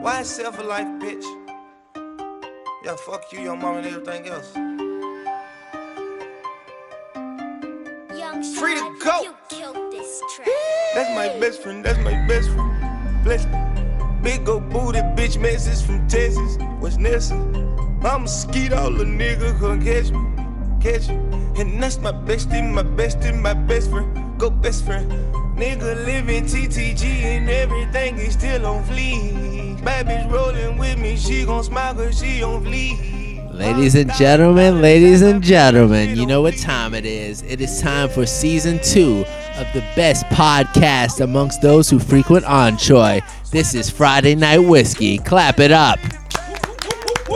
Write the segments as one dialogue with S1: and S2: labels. S1: Why it's sell for life, bitch? Yeah, fuck you, your mom, and everything else.
S2: Young
S1: Free to
S2: Shaq,
S1: go.
S2: You killed this track.
S1: That's my best friend, that's my best friend. Bless me. Big old booty bitch message from Texas. What's Nelson? I'm a skeet all the nigga gonna catch me. Catch me. And that's my bestie, my bestie, my best friend. Go best friend. Nigga living TTG and everything is still on fleek. Baby's rolling with me, she gon' smile cause she on fleek.
S3: Ladies and gentlemen, ladies and gentlemen, you know what time it is. It is time for season two of the best podcast amongst those who frequent Enchoy. This is Friday Night Whiskey. Clap it up.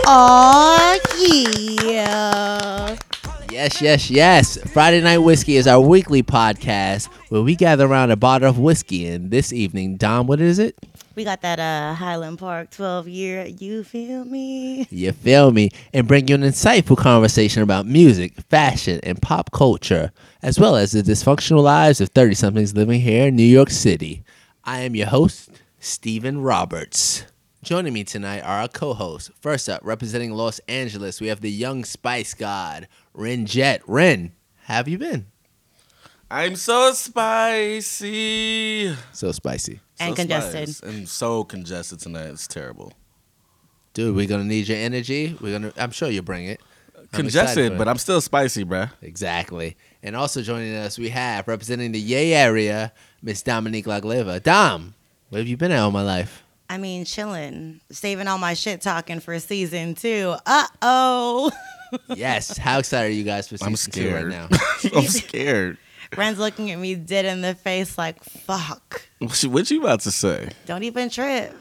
S4: Oh yeah.
S3: Yes, yes, yes. Friday Night Whiskey is our weekly podcast where we gather around a bottle of whiskey. And this evening, Dom, what is it?
S4: We got that uh Highland Park 12 year. You feel me?
S3: You feel me? And bring you an insightful conversation about music, fashion, and pop culture, as well as the dysfunctional lives of 30 somethings living here in New York City. I am your host, Stephen Roberts. Joining me tonight are our co hosts. First up, representing Los Angeles, we have the young spice god, Ren Jet. Ren, how have you been?
S5: I'm so spicy.
S3: So spicy.
S4: And
S5: so
S4: congested.
S5: spice. I'm so congested tonight. It's terrible.
S3: Dude, we're gonna need your energy. We're gonna I'm sure you'll bring it. I'm excited
S5: congested,
S3: for
S5: but
S3: it.
S5: I'm still spicy, bruh.
S3: Exactly. And also joining us, we have representing the Yay area, Miss Dominique Lagleva. Dom, where have you been at all my life?
S4: I mean, chilling, saving all my shit talking for season two. Uh oh.
S3: Yes. How excited are you guys for season
S5: I'm
S3: two right
S5: scared.
S3: now?
S5: I'm scared.
S4: Ren's looking at me dead in the face, like fuck.
S5: What you- What you about to say?
S4: Don't even trip.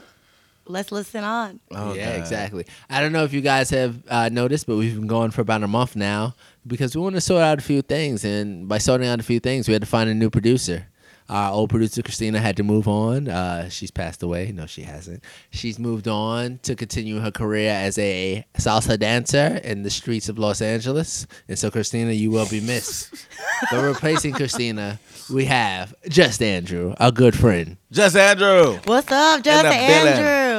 S4: Let's listen on.
S5: Oh,
S3: yeah,
S5: God.
S3: exactly. I don't know if you guys have uh, noticed, but we've been going for about a month now because we want to sort out a few things. And by sorting out a few things, we had to find a new producer. Our old producer, Christina, had to move on. Uh, she's passed away. No, she hasn't. She's moved on to continue her career as a salsa dancer in the streets of Los Angeles. And so, Christina, you will be missed. but replacing Christina, we have Just Andrew, our good friend.
S5: Just Andrew.
S4: What's up, Justin
S5: the villain.
S4: Andrew?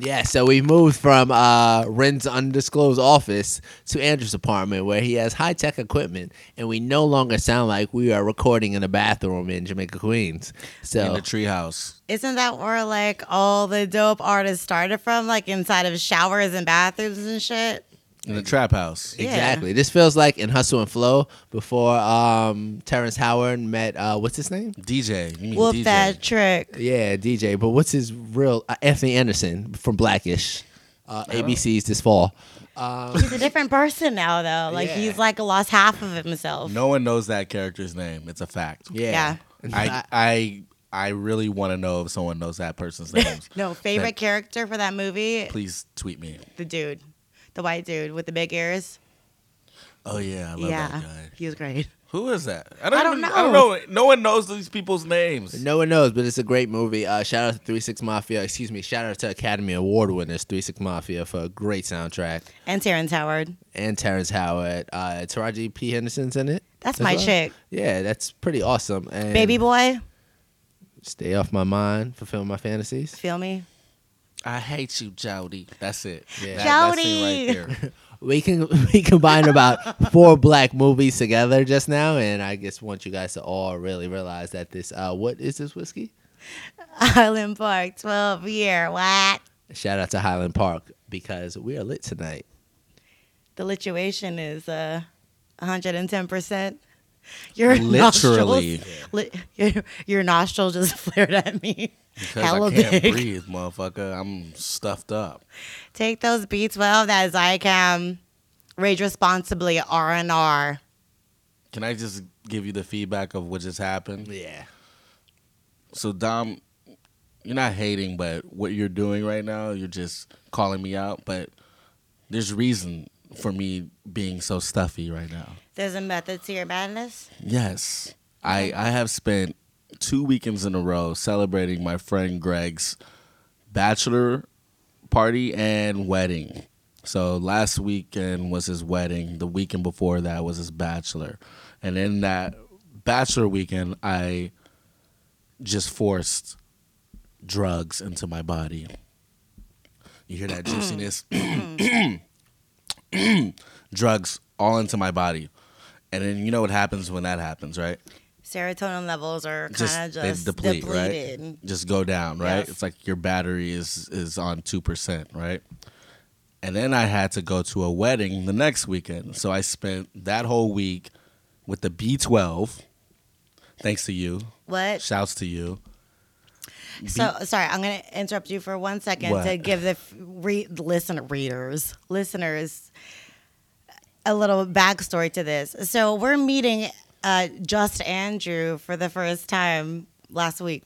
S3: Yeah, so we moved from uh, Ren's undisclosed office to Andrew's apartment where he has high tech equipment and we no longer sound like we are recording in a bathroom in Jamaica, Queens.
S5: In
S3: So,
S5: the treehouse.
S4: Isn't that where like all the dope artists started from? Like inside of showers and bathrooms and shit?
S5: In the trap house.
S4: Yeah.
S3: exactly. This feels like in Hustle and Flow before um, Terrence Howard met, uh, what's his name?
S5: DJ. You mean
S4: Whoop
S5: DJ.
S4: that trick.
S3: Yeah, DJ, but what's his real, uh, Anthony Anderson from Blackish, uh, ABC's this fall.
S4: He's a different person now, though. Like
S3: Yeah.
S4: he's like lost half of himself.
S5: No one knows that character's name. It's a fact.
S3: Yeah.
S5: I I I really want to know if someone knows that person's name.
S4: No favorite character for that movie,
S5: Please tweet me.
S4: the dude, the white dude with the big ears.
S5: Oh yeah, I love
S4: Yeah,
S5: that guy.
S4: he was great.
S5: Who is that?
S4: I don't
S5: even- I don't
S4: know.
S5: know. No one knows these people's names.
S3: No one knows, but it's a great movie. Uh, shout out to Three Six Mafia. Excuse me. Shout out to Academy Award winners Three Six Mafia for a great soundtrack
S4: And Terrence Howard.
S3: and Terrence Howard. Uh, Taraji P Henderson's in it.
S4: That's
S3: as
S4: my
S3: well.
S4: chick,
S3: Yeah, that's pretty awesome. And
S4: baby boy.
S3: stay off my mind, fulfill my fantasies.
S4: Feel me?
S5: I hate you, Jody. That's it.
S3: Yeah.
S5: That-
S4: Jody.
S5: That's it right there.
S3: We can we combined about four black movies together just now, and I just want you guys to all really realize that this. Uh, what is this whiskey?
S4: Island Park, twelve year. What?
S3: Shout out to Highland Park because we are lit tonight.
S4: The lituation is uh, one hundred and ten percent. Your
S5: Literally.
S4: nostrils, li- your, your nostril just flared at me.
S5: 'Cause
S4: Hella
S5: I can't
S4: big.
S5: breathe, motherfucker. I'm stuffed up.
S4: Take those B12, that Zycam. Rage responsibly, R and R.
S5: Can I just give you the feedback of what just happened?
S3: Yeah.
S5: So Dom, you're not hating, but what you're doing right now, you're just calling me out. But there's reason for me being so stuffy right now.
S4: There's a method to your madness.
S5: Yes. I, I have spent two weekends in a row celebrating my friend Greg's bachelor party and wedding. So last weekend was his wedding. The weekend before that was his bachelor. And in that bachelor weekend, I just forced drugs into my body. You hear that juiciness? Drugs all into my body. And then you know what happens when that happens, right?
S4: Serotonin levels are kind
S5: Just,
S4: of
S5: they
S4: just
S5: deplete,
S4: depleted.
S5: right? Just go down, right?
S4: Yes.
S5: It's like your battery is is on 2%, right? And then I had to go to a wedding the next weekend. So I spent that whole week with the B12 thanks to you.
S4: What?
S5: Shouts to you.
S4: So sorry, I'm going to interrupt you for one second
S5: What?
S4: to give the f- re- listen readers, listeners, a little backstory to this. So we're meeting uh, Just Andrew for the first time last week,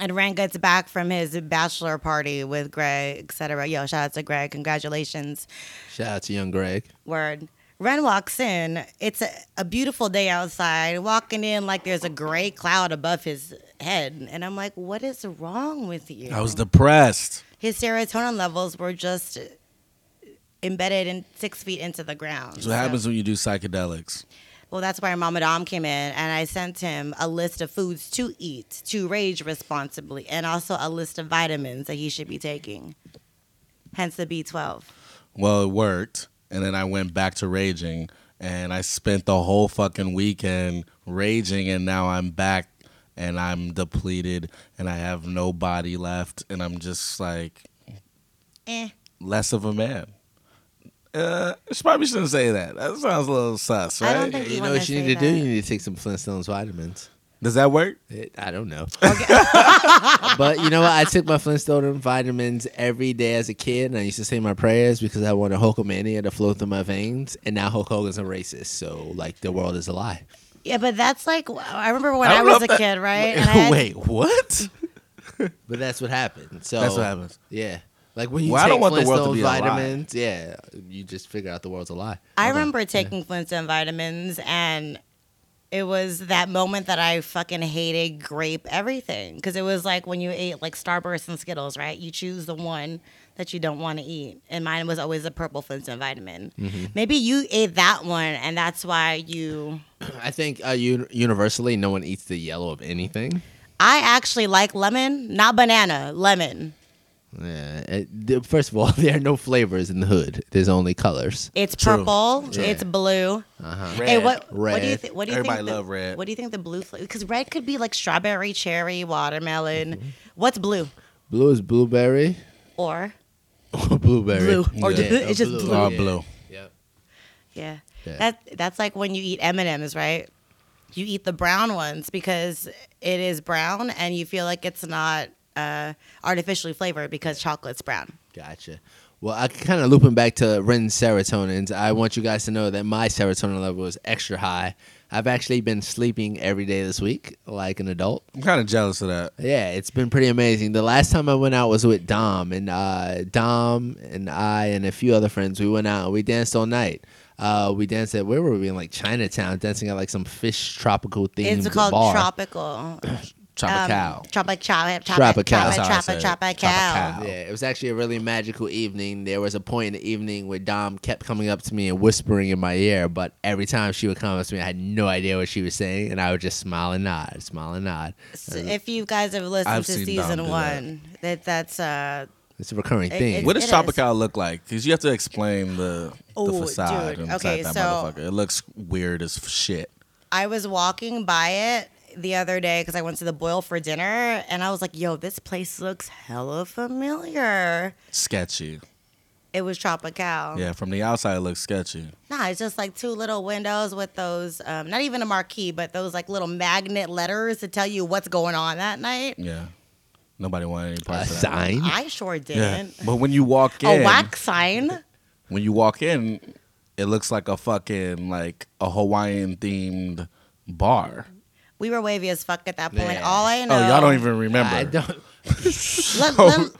S4: and Rand gets back from his bachelor party with Greg, etc. Yo, shout out to Greg, congratulations.
S3: Shout out to young Greg.
S4: Word. Ren walks in. It's a, a beautiful day outside. Walking in like there's a gray cloud above his head, and I'm like, "What is wrong with you?"
S5: I was depressed.
S4: his serotonin levels were just embedded in six feet into the ground.
S5: That's what happens when you do psychedelics.
S4: Well, that's why Mama Dom came in, and I sent him a list of foods to eat to rage responsibly, and also a list of vitamins that he should be taking. Hence the B12.
S5: Well, it worked, and then I went back to raging, and I spent the whole fucking weekend raging, and now I'm back, and I'm depleted, and I have no body left, and I'm just like
S4: Eh.
S5: less of a man. Uh, she probably shouldn't say that. That sounds a little sus,
S4: I
S5: right?
S4: don't think-
S3: You
S4: You
S3: know
S4: wanna
S3: what you
S4: say
S3: need to do?
S4: that?
S3: You need to take some Flintstones vitamins.
S5: Does that work?
S3: It, I don't know. but you know what? I took my Flintstone vitamins every day as a kid, and I used to say my prayers because I wanted Hulkamania to flow through my veins. And now Hulk Hogan's a racist, so like the world is a lie.
S4: Yeah, but that's like, I remember when
S5: I
S4: I,
S5: don't know
S4: was
S5: if
S4: a
S5: that-
S4: kid, right? And I had-
S5: Wait, what?
S3: But that's what happened. So
S5: That's what happens.
S3: Yeah. Like when you
S5: Well, I
S3: take
S5: don't want the world to
S3: Flintstone
S5: be a lie.
S3: vitamins, yeah, you just figure out the world's a lie.
S4: I remember taking Flintstone vitamins, and it was that moment that I fucking hated grape everything because it was like when you ate like Starburst and Skittles, right? You choose the one that you don't want to eat, and mine was always the purple Flintstone vitamin.
S5: Mm-hmm.
S4: Maybe you ate that one, and that's why you.
S3: I think uh, un- universally, no one eats the yellow of anything.
S4: I actually like lemon, not banana, lemon.
S3: Yeah. it- the- first of all, there are no flavors in the hood. There's only colors.
S4: It's
S5: True.
S4: purple.
S3: True.
S4: It's blue.
S5: Red.
S4: Hey, what, what do you
S3: Red.
S4: think? What do you
S5: Everybody
S4: think the-
S5: love red.
S4: What do you think the blue? Because red could be like strawberry, cherry, watermelon. What's blue?
S3: Blue is blueberry.
S4: Or
S3: blueberry.
S4: Blue. Or just- it's just blue.
S5: Oh, blue.
S3: Yep.
S4: yeah,
S3: Yeah.
S4: that that's like when you eat M and M's, right? You eat the brown ones because it is brown, and you feel like it's not uh, artificially flavored because chocolate's brown.
S3: Gotcha. Well, I kind of looping back to Ren's serotonins. I want you guys to know that my serotonin level is extra high. I've actually been sleeping every day this week, like an adult.
S5: I'm kind of jealous of that.
S3: Yeah, it's been pretty amazing. The last time I went out was with Dom and uh, Dom and I and a few other friends. We went out and we danced all night. Uh, we danced at where were we in like Chinatown, dancing at like some fish tropical themed
S4: It's called
S3: bar.
S4: tropical. um,
S5: Tropical.
S4: Tropical. Tropical.
S3: Tropical.
S5: That's how I say
S4: Tropical.
S5: it.
S4: Tropical.
S5: Tropical.
S3: Yeah, it was actually a really magical evening. There was a point in the evening where Dom kept coming up to me and whispering in my ear, but every time she would come up to me, I had no idea what she was saying, and I would just smile and nod, smile and nod.
S4: So if you guys have listened
S5: I've
S4: to
S5: seen Dom
S4: season
S5: do that.
S4: one, that that's uh
S3: It's a recurring
S4: It-
S3: thing.
S5: What does
S4: It is.
S5: Tropical look like? Because you have to explain the, the
S4: Oh,
S5: facade
S4: dude.
S5: inside
S4: Okay,
S5: that
S4: so-
S5: motherfucker. It looks weird as f- shit.
S4: I was walking by it the other day because I went to the boil for dinner and I was like, yo, this place looks hella familiar.
S5: Sketchy.
S4: It was Tropical.
S5: Yeah, from the outside it looks sketchy.
S4: Nah, it's just like two little windows with those, um, not even a marquee, but those like little magnet letters to tell you what's going on that night.
S5: Yeah. Nobody wanted any
S3: a
S5: parts of that.
S3: sign?
S4: I sure
S5: Yeah.
S4: didn't.
S5: But when you walk in
S4: A wax sign?
S5: when you walk in, it looks like a fucking like a Hawaiian themed bar.
S4: We were wavy as fuck at that point.
S3: Yeah.
S4: All I know.
S5: Oh, y'all don't even remember.
S3: I don't.
S4: Let- let-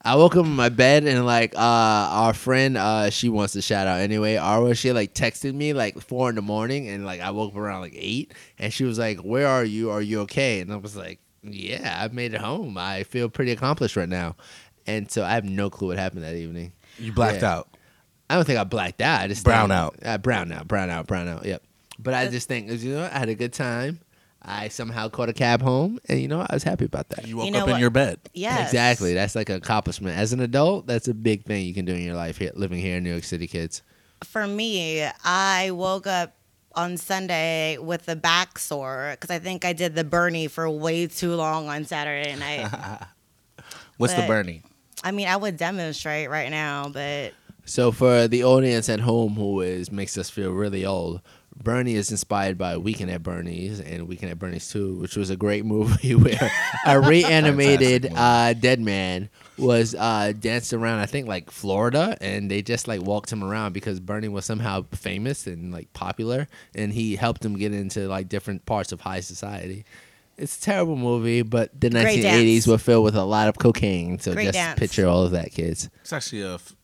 S3: I woke up in my bed and like uh our friend uh she wants to shout out anyway Arwa she like texted me like four in the morning and like I woke up around like eight and she was like where are you are you okay and I was like yeah I made it home I feel pretty accomplished right now and so I have no clue what happened that evening
S5: You blacked
S3: Yeah.
S5: out.
S3: I don't think I blacked out I just
S5: Brown
S3: think-
S5: out.
S3: uh, brown out brown out brown out yep but I just think you know what? I had a good time I somehow caught a cab home, and you know I was happy about that.
S5: You woke
S4: know
S5: up in
S4: what?
S5: your bed.
S4: Yes.
S3: Exactly. That's like an accomplishment. As an adult, that's a big thing you can do in your life here, living here in New York City, kids.
S4: For me, I woke up on Sunday with a back sore because I think I did the Bernie for way too long on Saturday night.
S5: What's the
S4: But-
S5: Bernie?
S4: I mean, I would demonstrate right now, but
S3: So, for the audience at home who is makes us feel really old, Bernie is inspired by Weekend at Bernie's and Weekend at Bernie's 2, which was a great movie where a reanimated
S5: movie.
S3: uh, dead man was uh, danced around, I think, like Florida, and they just like walked him around because Bernie was somehow famous and like popular, and he helped him get into like different parts of high society. It's a terrible movie, but the
S4: Great
S3: 1980s
S4: dance.
S3: were filled with a lot of cocaine, so
S4: Great
S3: just
S4: dance.
S3: picture all of that, kids.
S5: It's actually a. F-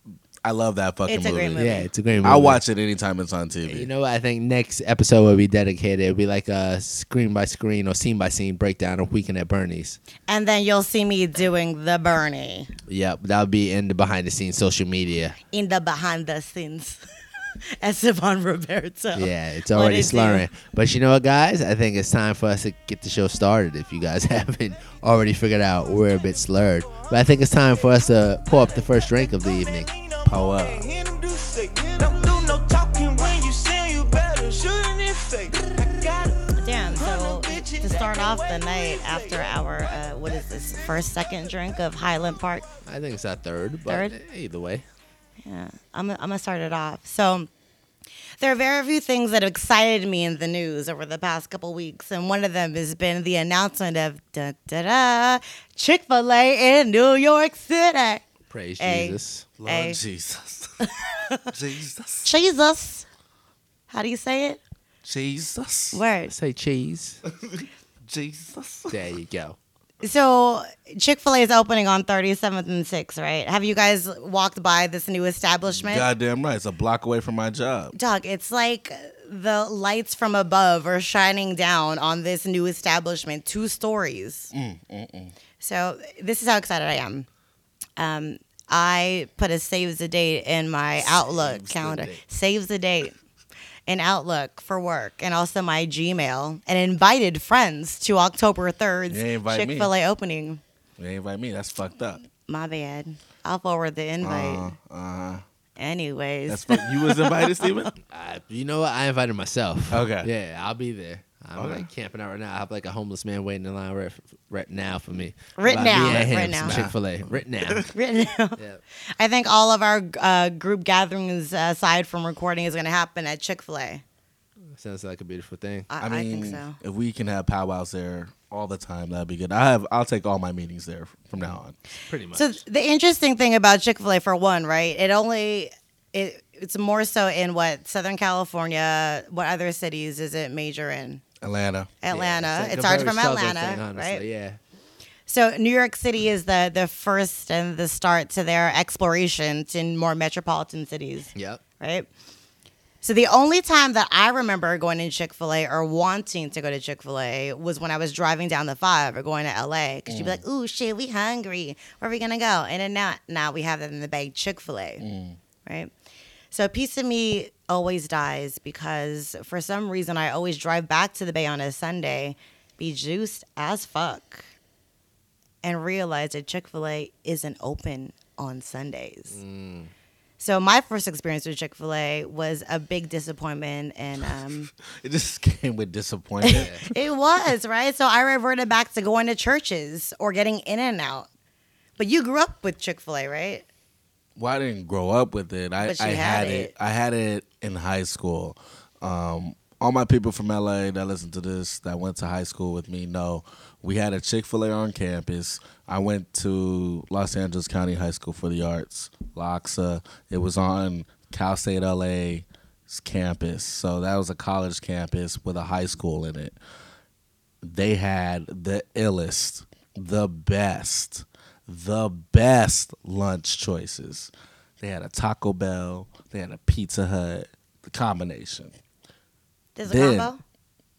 S5: I love that fucking
S4: It's a great movie.
S3: Yeah, it's a great movie.
S5: I'll watch it anytime it's on TV.
S3: You know what? I think next episode will be dedicated. It'll be like a screen by screen or scene by scene breakdown of Weekend at Bernie's.
S4: and then you'll see me doing the Bernie
S3: Yep, that'll be in the behind the scenes social media.
S4: in the behind the scenes. Esteban Roberto.
S3: Yeah, it's
S4: What
S3: already
S4: it do?
S3: slurring. But you know what, guys? I think it's time for us to get the show started. If you guys haven't already figured out, we're a bit slurred. But I think it's time for us to pour up the first drink of the evening.
S5: Power up.
S1: Don't do no talking when you say you better shoot in your face. I got it.
S4: Damn, so to start off the night after our, uh, what is this, first, second drink of Highland Park?
S3: I think it's our third, but
S4: Third?
S3: either way.
S4: Yeah, I'm, I'm gonna start it off. So there are very few things that have excited me in the news over the past couple weeks, and one of them has been the announcement of da da da Chick Fil A in New York City.
S3: Praise
S4: Hey.
S3: Jesus.
S5: Lord
S4: Hey.
S5: Jesus. Jesus.
S4: Jesus, how do you say it?
S5: Jesus.
S4: Word.
S3: Say cheese.
S5: Jesus.
S3: There you go.
S4: So Chick Fil A is opening on 37th and 6th, right? Have you guys walked by this new establishment?
S5: Goddamn right. It's a block away from my job.
S4: Doug, it's like the lights from above are shining down on this new establishment, two stories.
S5: Mm,
S4: So this is how excited I am. Um, I put a saves the date in my Outlook
S5: the
S4: calendar.
S5: date.
S4: saves the date in Outlook for work and also my Gmail and invited friends to October 3rd's
S5: You ain't invite me.
S4: Chick fil A opening.
S5: You ain't invite me. That's fucked up.
S4: My bad. I'll forward the invite.
S5: Uh,
S4: Anyways.
S5: that's fuck- you was invited, Steven?
S3: Uh, you know what? I invited myself.
S5: Okay.
S3: Yeah, I'll be there. I'm
S5: Okay.
S3: like camping out right now. I have like a homeless man waiting in line right, right now for me.
S4: Right
S3: Buy
S4: now,
S3: me and him
S4: right now.
S3: Chick Fil A. Right now.
S4: written out.
S3: Yeah.
S4: I think all of our uh, group gatherings, uh, aside from recording, is going to happen at Chick Fil A.
S3: Sounds like a beautiful thing.
S4: I,
S5: I mean,
S4: I think so.
S5: if we can have powwows there all the time, that'd be good. I have. I'll take all my meetings there from now on.
S3: Pretty much.
S4: So th- the interesting thing about Chick Fil A, for one, right? It only it it's more so in what Southern California. What other cities is it major in?
S5: Atlanta.
S4: Atlanta.
S3: Yeah, like
S4: it's
S3: a
S4: hard
S3: very
S4: from
S3: Southern
S4: Atlanta,
S3: thing, honestly,
S4: right?
S3: Yeah.
S4: So New York City is the the first and the start to their exploration in more metropolitan cities.
S3: Yep.
S4: right? So the only time that I remember going to Chick Fil A or wanting to go to Chick Fil A was when I was driving down the five or going to L.A. Because you'd be like, "Ooh, shit, we hungry. Where are we gonna go?" And then now, now we have that in the bag, Chick Fil A, right? So a piece of me always dies because for some reason I always drive back to the Bay on a Sunday, be juiced as fuck, and realize that Chick Fil A isn't open on Sundays. So my first experience with Chick Fil A was a big disappointment, and um,
S5: It just came with disappointment.
S4: it was right. So I reverted back to going to churches or getting In and Out. But you grew up with Chick Fil A, right?
S5: well, I didn't grow up with it. I,
S4: But you
S5: I
S4: had
S5: had, it.
S4: it.
S5: I had it in high school. Um, all my people from LA that listen to this, that went to high school with me, know we had a Chick Fil A on campus. I went to Los Angeles County High School for the Arts, LOXA. It was on Cal State LA's campus, so that was a college campus with a high school in it. they had the illest, the best, the best lunch choices. They had a Taco Bell, they had a Pizza Hut, the combination.
S4: There's a
S5: Then-
S4: combo.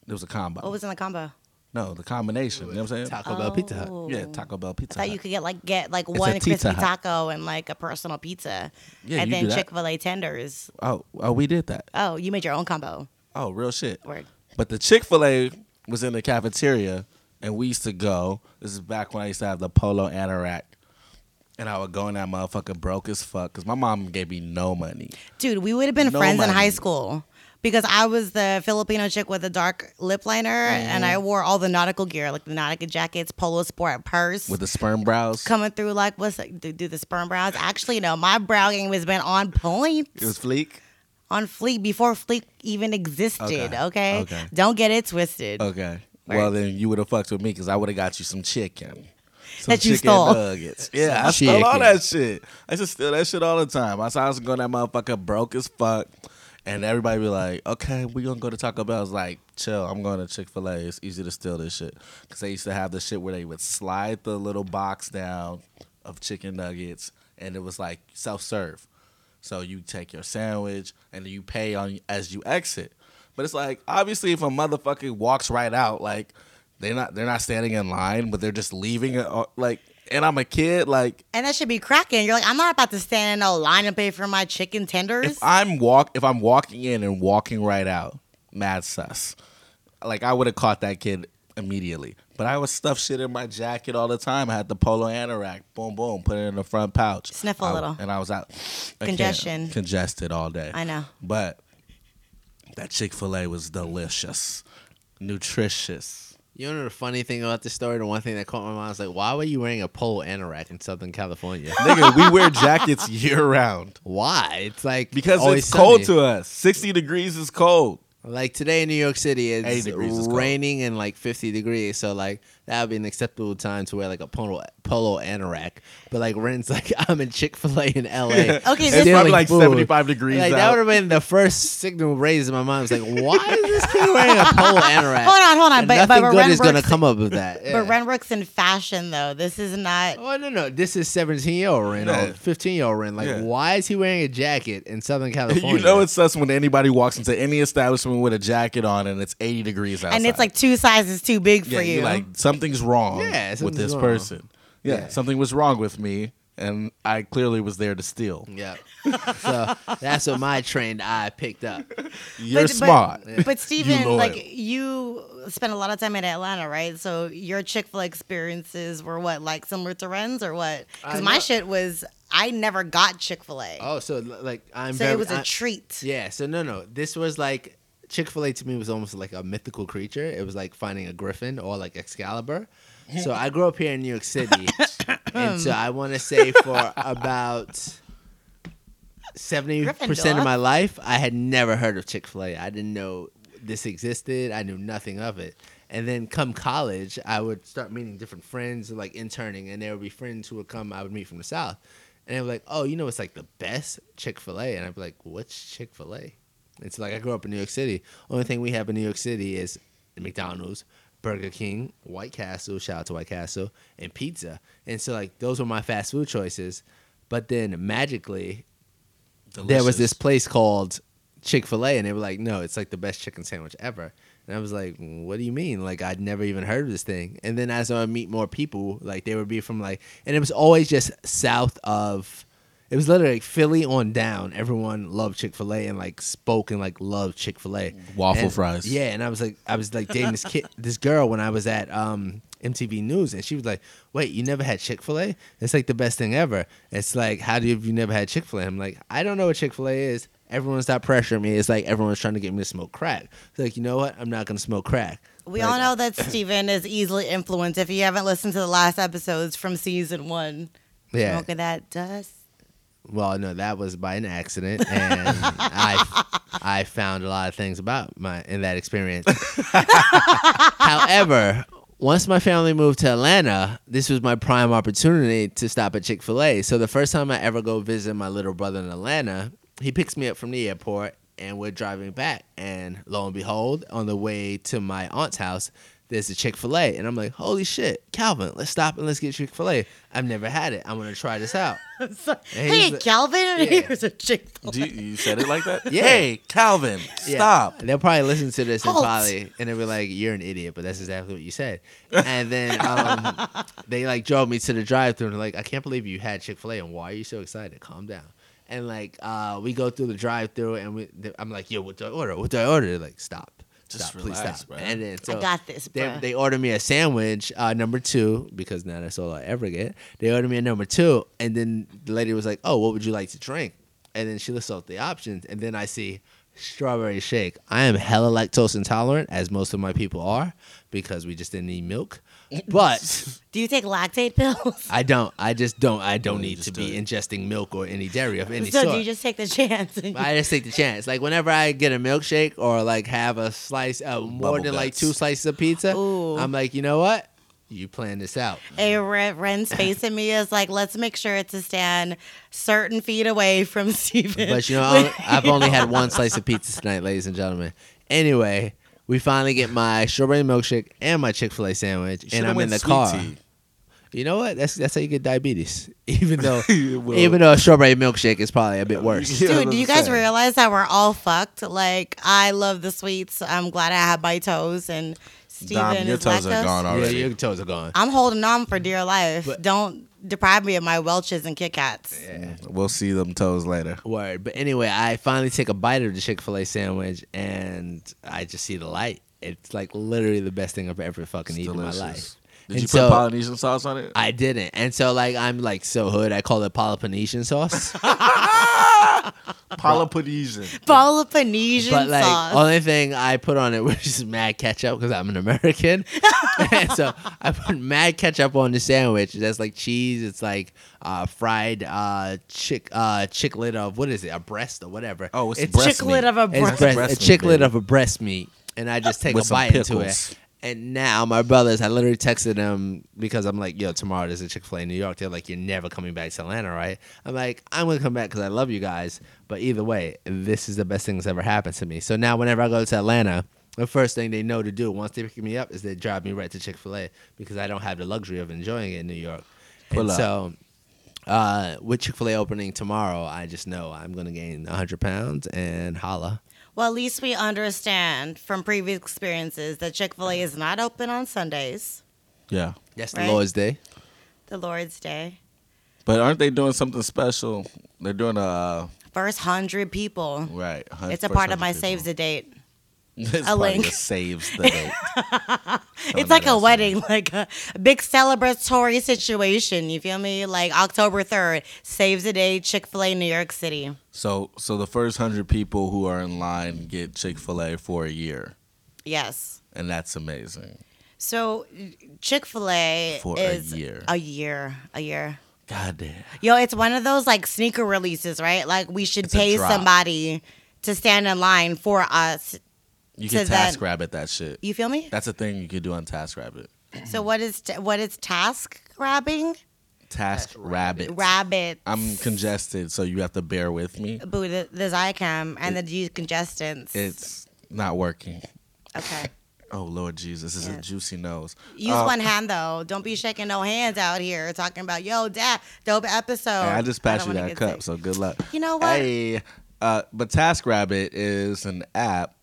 S5: There was a combo.
S4: What was in the combo?
S5: no, the combination. You know what I'm saying?
S3: Taco Bell Pizza Hut.
S4: Oh.
S5: yeah, Taco Bell Pizza
S4: I thought
S5: Hut.
S4: you could get like get like
S5: It's a
S4: one
S5: Tita
S4: crispy
S5: Hut.
S4: taco and like a personal pizza,
S5: Yeah,
S4: and
S5: you
S4: then
S5: do that.
S4: Chick Fil A tenders.
S5: oh, oh, we did that.
S4: Oh, you made your own combo.
S5: Oh, real shit.
S4: Word.
S5: But the Chick Fil A was in the cafeteria, and we used to go. This is back when I used to have the polo anorak. And I would go in that motherfucker broke as fuck because my mom gave me no money.
S4: Dude, we would have been
S5: No
S4: friends in high
S5: money.
S4: school because I was the Filipino chick with the dark lip liner and
S5: Mm-hmm.
S4: I wore all the nautical gear, like the nautical jackets, polo sport purse.
S5: With the sperm brows,
S4: Coming through like what's do, do the sperm brows? Actually, no, my brow game has been on point,
S5: it was fleek.
S4: on fleek before fleek even existed. Okay,
S5: Okay, okay.
S4: don't get it twisted.
S5: Okay.
S4: Right.
S5: Well, then you would have fucked with me because I would have got you some chicken. Some
S4: That you
S5: chicken
S4: stole.
S5: nuggets. Yeah,
S3: Some
S5: I stole all
S3: chicken.
S5: that shit. I used to steal that shit all the time. I saw I was going that motherfucker broke as fuck. And everybody be like, okay, we going to go to Taco Bell. I was like, chill, I'm going to Chick fil A. It's easy to steal this shit. Because they used to have the shit where they would slide the little box down of chicken nuggets and it was like self serve. So you take your sandwich and you pay on as you exit. But it's like obviously if a motherfucker walks right out, like they're not they're not standing in line, but they're just leaving. uh, Like and I'm a kid, like
S4: And that should be cracking. You're like, I'm not about to stand in no line and pay for my chicken tenders.
S5: if I'm walk if I'm walking in and walking right out, mad sus. Like I would have caught that kid immediately. But I would stuff shit in my jacket all the time. I had the polo anorak, boom boom, put it in the front pouch.
S4: Sniff a
S5: I-
S4: little.
S5: And I was out I can't-
S4: Congestion.
S5: Congested all day.
S4: I know.
S5: But that Chick fil A was delicious. Nutritious.
S3: You know the funny thing about this story? The one thing that caught my mind was like, why were you wearing a polo anorak in Southern California?
S5: Nigga, we wear jackets year round.
S3: why? It's like
S5: Because
S3: always
S5: it's cold
S3: sunny.
S5: to us. Sixty degrees is cold.
S3: Like today in New York City,
S5: Eighty
S3: it's
S5: degrees is cold.
S3: raining and like 50 degrees. So like that would be an acceptable time to wear like a polo polo anorak. But like Ren's like I'm in Chick Fil A in L.A.
S4: Okay,
S5: It's
S4: this-
S3: stealing
S5: probably like
S3: food.
S5: seventy five degrees.
S3: Like that
S5: out.
S3: would have been the first signal raised in my mind. I was like, why is this kid wearing a polo anorak?
S4: Hold on, hold on.
S3: And
S4: But, but
S3: nothing
S4: Ren
S3: good is gonna
S4: works-
S3: come up of that. Yeah.
S4: But Ren works in fashion though. This is not
S3: Oh no no! This is seventeen year old Ren
S5: Yeah.
S3: or fifteen year old Ren. Like,
S5: Yeah.
S3: why is he wearing a jacket in Southern California?
S5: You know it's us when anybody walks into any establishment with a jacket on and it's 80 degrees outside.
S4: and it's like two sizes too big for
S5: yeah,
S4: you.
S5: you're like something's wrong
S3: Yeah,
S5: with
S3: something's
S5: this
S3: wrong.
S5: person. Yeah,
S3: Yeah.
S5: something was wrong with me and I clearly was there to steal.
S3: yeah. so that's what my trained eye picked up.
S5: You're
S4: but,
S5: smart.
S4: But, but Steven,
S5: loyal.
S4: like you spent a lot of time in Atlanta, right? So your Chick fil A experiences were what, like similar to Ren's or what? Because
S3: I
S4: my
S3: know-
S4: shit was I never got Chick fil A.
S3: Oh, so like I'm
S4: so
S3: very.
S4: it was a
S3: I-
S4: treat.
S3: Yeah, so no, no. This was like Chick fil A to me was almost like a mythical creature. It was like finding a griffin or like Excalibur. So I grew up here in New York City. and so I want to say for about. 70%
S4: Gryffindor.
S3: of my life, I had never heard of Chick fil A. I didn't know this existed. I knew nothing of it. And then come college, I would start meeting different friends, like interning, and there would be friends who would come, I would meet from the South. And they were like, oh, you know, it's like the best Chick fil A. And I'd be like, what's Chick fil A? It's like I grew up in New York City. Only thing we have in New York City is McDonald's, Burger King, White Castle, shout out to White Castle, and pizza. And so, like, those were my fast food choices. But then magically, there was this place called Chick Fil A, and they were like, "No, it's like the best chicken sandwich ever." And I was like, "What do you mean? Like I'd never even heard of this thing." And then as I would meet more people, like they would be from like, and it was always just south of. It was literally like Philly on down. Everyone loved Chick Fil A and like spoke and like loved Chick Fil A.
S5: Waffle fries.
S3: Yeah, and I was like, I was like dating this kid, this girl when I was at um, MTV News, and she was like, "Wait, you never had Chick Fil A? It's like the best thing ever." It's like, how do you, have you never had Chick Fil A? I'm like, I don't know what Chick Fil A is. Everyone's not pressuring me. It's like everyone's trying to get me to smoke crack. It's like, you know what? I'm not gonna smoke crack.
S4: We
S3: Like,
S4: all know that Steven is easily influenced. If you haven't listened to the last episodes from season one,
S3: Yeah.
S4: smoking that dust.
S3: Well, no, that was by an accident, and I I found a lot of things about my in that experience. However, once my family moved to Atlanta, this was my prime opportunity to stop at Chick Fil A. So the first time I ever go visit my little brother in Atlanta, he picks me up from the airport, and we're driving back. And lo and behold, on the way to my aunt's house. There's a Chick Fil A, and I'm like, "Holy shit, Calvin! Let's stop and let's get Chick Fil A. I've never had it. I'm gonna try this out." And he's
S4: Hey,
S3: like-
S4: Calvin,
S3: Yeah.
S4: here's a Chick fil
S5: Do you, you said it like that?
S3: Yeah.
S5: Hey, Calvin,
S3: Yeah.
S5: stop.
S3: They'll probably listen to this and
S4: Halt.
S3: probably and they'll be like, "You're an idiot," but that's exactly what you said. And then um, they like drove me to the drive-through and they're like, "I can't believe you had Chick Fil A and why are you so excited? Calm down." And like uh, we go through the drive-through and we, I'm like, "Yo, what do I order? What do I order?" They're like, "Stop."
S5: Just
S3: stop, please
S5: relax,
S3: stop.
S5: bro.
S3: And then so
S4: I got this,
S3: they,
S4: bro.
S3: they ordered me a sandwich, uh, number two, because now that's all I ever get. They ordered me a number two, and then the lady was like, "Oh, what would you like to drink?" And then she lists off the options, and then I see strawberry shake. I am hella lactose intolerant, as most of my people are, because we just didn't eat milk. But
S4: Do you take lactate pills?
S3: I don't. I just don't. I don't
S5: you
S3: need to
S5: just
S3: be
S5: do it.
S3: ingesting milk or any dairy of any
S4: so
S3: sort.
S4: do you just take the chance? and-
S3: I just take the chance. Like whenever I get a milkshake or like have a slice, uh, more
S5: Bubble
S3: than like
S5: guts.
S3: two slices of pizza,
S4: Ooh.
S3: I'm like, you know what? You plan this out.
S4: a re- Ren's face in me is like, let's make sure it's to stand certain feet away from Steven.
S3: But you know, I- I've only had one slice of pizza tonight, ladies and gentlemen. Anyway, we finally get my strawberry milkshake and my Chick Fil A sandwich, and
S5: Shoulda
S3: I'm in
S5: went
S3: the
S5: sweet
S3: car.
S5: tea.
S3: You know what? That's that's how you get diabetes. Even though,
S5: Well-
S3: even though a strawberry milkshake is probably a bit worse.
S5: Yeah,
S4: Dude,
S5: that's
S4: do you
S5: what I'm
S4: guys
S5: saying.
S4: realize that we're all fucked? Like, I love the sweets. I'm glad I have my toes and Steven
S5: Dom, your
S4: is
S5: toes
S4: lactose.
S5: are gone Mm.
S3: Yeah,
S5: already.
S3: your toes are gone.
S4: I'm holding on for dear life.
S3: But-
S4: Don't deprive me of my Welches and Kit Kats.
S5: We'll see them toes later.
S3: Word. But anyway, I finally take a bite of the Chick fil A sandwich and I just see the light. It's like literally the best thing I've ever fucking
S5: It's
S3: eaten in my
S5: delicious.
S3: life.
S5: Did
S3: And
S5: you
S3: so-
S5: put Polynesian sauce on it?
S3: I didn't. And so, like, I'm like so hood. I call it Peloponnesian sauce.
S5: Polynesian.
S4: Polynesian
S3: but, like,
S4: sauce.
S3: only thing I put on it was just mad ketchup because I'm an American. and so I put mad ketchup on the sandwich. That's like cheese. It's like uh, fried uh, chick uh, chicklet of, what is it, a breast or whatever.
S5: Oh, it's
S3: breast.
S5: breast
S4: Chicklet
S5: meat.
S4: of a
S3: It's
S4: breast.
S3: breast,
S5: breast
S3: a
S5: meat,
S3: chicklet
S5: baby.
S3: of a breast meat, and I just take a
S5: With some
S3: bite into it.
S5: pickles.
S3: And now my brothers, I literally texted them because I'm like, "Yo, tomorrow there's a Chick Fil A in New York." They're like, "You're never coming back to Atlanta, right?" I'm like, "I'm gonna come back because I love you guys." But either way, this is the best thing that's ever happened to me. So now, whenever I go to Atlanta, the first thing they know to do once they pick me up is they drive me right to Chick Fil A because I don't have the luxury of enjoying it in New York.
S5: Pull
S3: and
S5: up.
S3: So uh, with Chick Fil A opening tomorrow, I just know I'm gonna gain 100 pounds and holla.
S4: Well, at least we understand from previous experiences that Chick fil A is not open on Sundays,
S5: Yeah.
S3: That's
S4: Right?
S3: the Lord's Day.
S4: the Lord's Day.
S5: But aren't they doing something special? They're doing a
S4: First 100 people.
S5: right. hun-
S4: It's a
S5: first
S4: part of my
S5: hundred
S4: saves the
S5: people.
S4: date.
S5: It's part
S4: a
S5: of
S4: link.
S5: your saves the date.
S4: It's like a wedding, like a big celebratory situation. You feel me? Like October 3rd, saves the day, Chick fil A, New York City.
S5: So, so the first hundred people who are in line get Chick Fil A for a year,
S4: Yes.
S5: and that's amazing.
S4: So Chick Fil A
S5: For a
S4: is
S5: year.
S4: a year, a year.
S5: God damn.
S4: Yo, it's one of those like sneaker releases, right? Like we should
S5: a
S4: pay
S5: drop.
S4: somebody to stand in line for us.
S5: You
S4: To
S5: can
S4: that-
S5: task rabbit that shit.
S4: You feel me?
S5: That's a thing you could do on Task Rabbit.
S4: so what is t- what is task grabbing?
S5: Task Rabbit.
S4: Rabbit.
S5: I'm congested, so you have to bear with me.
S4: Boo, the, the Zycam and the decongestants.
S5: It's not working.
S4: okay.
S5: Oh Lord Jesus, this is a
S4: Yes.
S5: juicy nose.
S4: Use one hand though. Don't be shaking no hands out here talking about yo, dad, dope episode.
S5: Hey, I just passed you
S4: don't wanna
S5: that
S4: get
S5: cup,
S4: sick.
S5: so good luck.
S4: You know what?
S5: Hey, uh, but TaskRabbit is an app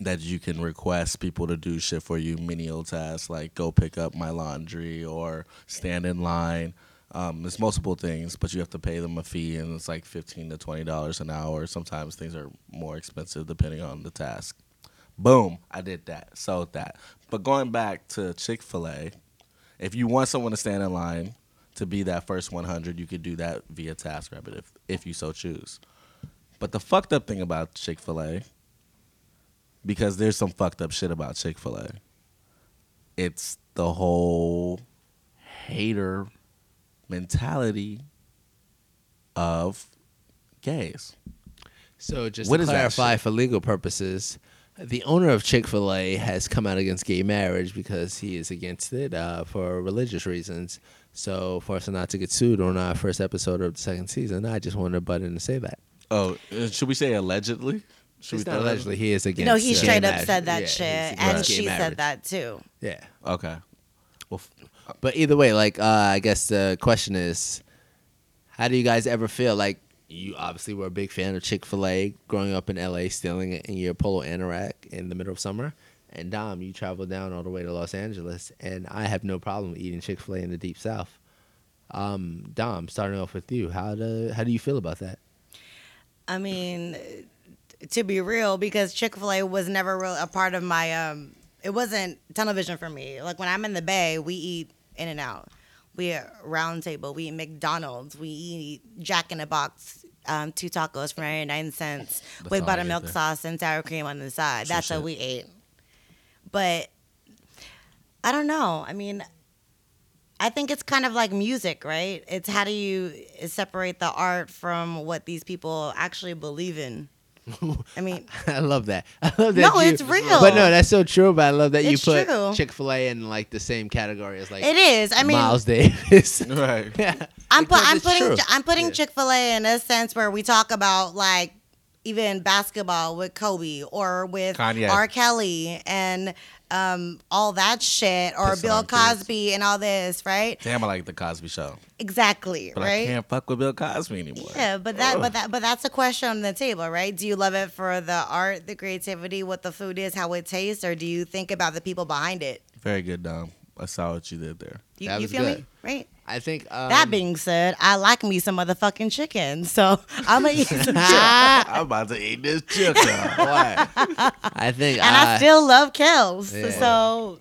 S5: that you can request people to do shit for you, menial tasks like go pick up my laundry or stand in line. Um, there's multiple things, but you have to pay them a fee, and it's like fifteen to twenty dollars an hour. Sometimes things are more expensive depending on the task. Boom, I did that, sold that. But going back to Chick Fil A, if you want someone to stand in line to be that first 100, you could do that via TaskRabbit if, if you so choose. But the fucked up thing about Chick fil A, because there's some fucked up shit about Chick fil A, it's the whole hater mentality of gays.
S3: So just
S5: What
S3: to
S5: is that
S3: clarify
S5: shit?
S3: for legal purposes, the owner of Chick Fil A has come out against gay marriage because he is against it uh, for religious reasons. So for us not to get sued on our first episode of the second season, I just wanted to butt in to say that.
S5: Oh, uh, should we say allegedly? Should
S3: It's
S5: we
S3: not
S5: throw that in?
S3: allegedly he is against.
S4: No, he
S3: gay
S4: straight up
S3: marriage.
S4: said that
S3: Yeah,
S4: shit,
S3: he's against
S4: and
S3: gay
S4: she
S3: marriage.
S4: said that too.
S3: Yeah.
S5: Okay. Well, f-
S3: But either way, like uh, I guess the question is, how do you guys ever feel? Like you obviously were a big fan of Chick Fil A growing up in L.A., stealing it in your polo anorak in the middle of summer. And Dom, you traveled down all the way to Los Angeles, and I have no problem eating Chick Fil A in the deep South. Um, Dom, starting off with you, how do how do you feel about that?
S4: I mean, to be real because Chick Fil A was never real a part of my. um It wasn't television for me. Like when I'm in the Bay, we eat In and Out, we eat Round Table, we eat McDonald's, we eat Jack in the Box. Um, two tacos for 99 cents with
S5: all I ate
S4: buttermilk
S5: there.
S4: sauce and sour cream on the side.
S5: Sure
S4: That's
S5: shit.
S4: what we ate. But I don't know. I mean, I think it's kind of like music, right? It's how do you separate the art from what these people actually believe in? I mean,
S3: I love that. I love that.
S4: No,
S3: you-
S4: it's real.
S3: But no, that's so true. But I love that
S4: It's
S3: you put
S4: true.
S3: Chick Fil A in like the same category as like
S4: it is. I mean,
S3: Miles Davis.
S5: Right.
S3: yeah.
S4: I'm, pu-
S3: because
S4: I'm
S3: it's
S4: putting
S3: true.
S4: I'm putting
S3: Yeah.
S4: Chick Fil A in a sense where we talk about like even basketball with Kobe or with
S5: Kanye.
S4: R. Kelly and um, all that shit or
S5: Pissing
S4: Bill
S5: on kids.
S4: Cosby and all this, right?
S5: Damn, I like the Cosby Show,
S4: Exactly,
S5: but
S4: right?
S5: I can't fuck with Bill Cosby anymore.
S4: Yeah, but that, but that, but that's a question on the table, right? Do you love it for the art, the creativity, what the food is, how it tastes, or do you think about the people behind it?
S5: Very good, Dom. I saw what you did there.
S4: You,
S3: That
S4: you
S3: was
S4: feel me?
S3: good.
S4: Right.
S3: I think um,
S4: that being said, I like me some motherfucking chicken, so I'm gonna eat some chicken,
S3: Ah.
S4: and
S5: I'm about to eat this chicken. Why?
S3: I think
S4: I
S3: I-
S4: still love Kells.
S3: Yeah.
S4: So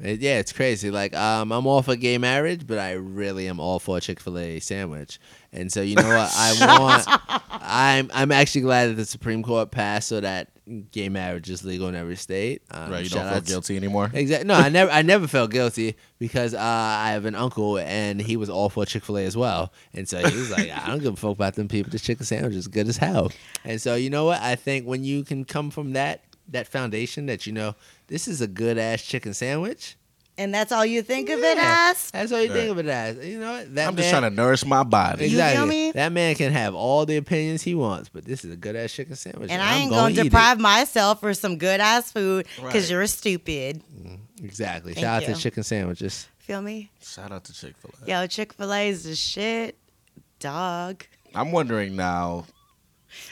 S3: It- yeah, it's crazy. Like, um, I'm all for gay marriage, but I really am all for a Chick Fil A sandwich. And so, you know what? I want. I'm I'm actually glad that the Supreme Court passed so that gay marriage is legal in every state. Um,
S5: Right, you
S3: shout
S5: don't feel
S3: outs-
S5: guilty anymore.
S3: Exactly. No, I never I never felt guilty because uh, I have an uncle and he was all for Chick Fil A as well, and so he was like, I don't give a fuck about them people. This chicken sandwich is good as hell. And so you know what? I think when you can come from that that foundation that you know this is a good ass chicken sandwich.
S4: and that's all you think of it
S3: Yeah.
S4: as.
S3: That's all you
S5: Right.
S3: think of it as. You know what? That
S5: I'm
S3: man,
S5: just trying to nourish my body.
S4: You-
S3: Exactly.
S4: me?
S3: That man can have all the opinions he wants, but this is a good ass chicken sandwich.
S4: And
S3: I'm
S4: I ain't
S3: gonna
S4: gonna,
S3: eat it.
S4: deprive myself for some good ass food because
S5: Right.
S4: you're stupid.
S3: Exactly.
S4: Thank
S3: Shout out
S4: you.
S3: to chicken sandwiches.
S4: Feel me?
S5: Shout out to Chick Fil A.
S4: Yo, Chick Fil A is the shit, dog.
S5: I'm wondering now,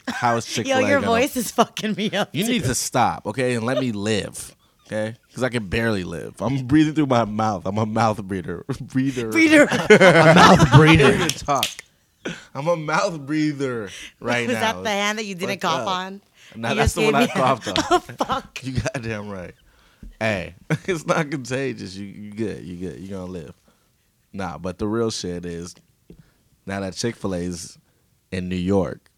S5: how is Chick Fil
S4: Yo,
S5: A?
S4: your voice is fucking me up.
S5: You need to stop, okay, and let me live, okay? Because I can barely live. I'm breathing through my mouth. I'm a mouth breather. breather.
S4: Reader,
S3: Mouth
S5: I
S3: breather.
S5: can't even talk. I'm a mouth breather right
S4: was
S5: now.
S4: that the hand that you didn't
S5: fucked
S4: cough
S5: up.
S4: on?
S5: Nah,
S4: You
S5: that's
S4: just
S5: the one I
S4: gave me-
S5: coughed
S4: Oh
S5: on.
S4: fuck!
S5: You goddamn right. Hey, it's not contagious. You, you good. You good. You gonna live. Nah, but the real shit is now that Chick Fil A's in New York,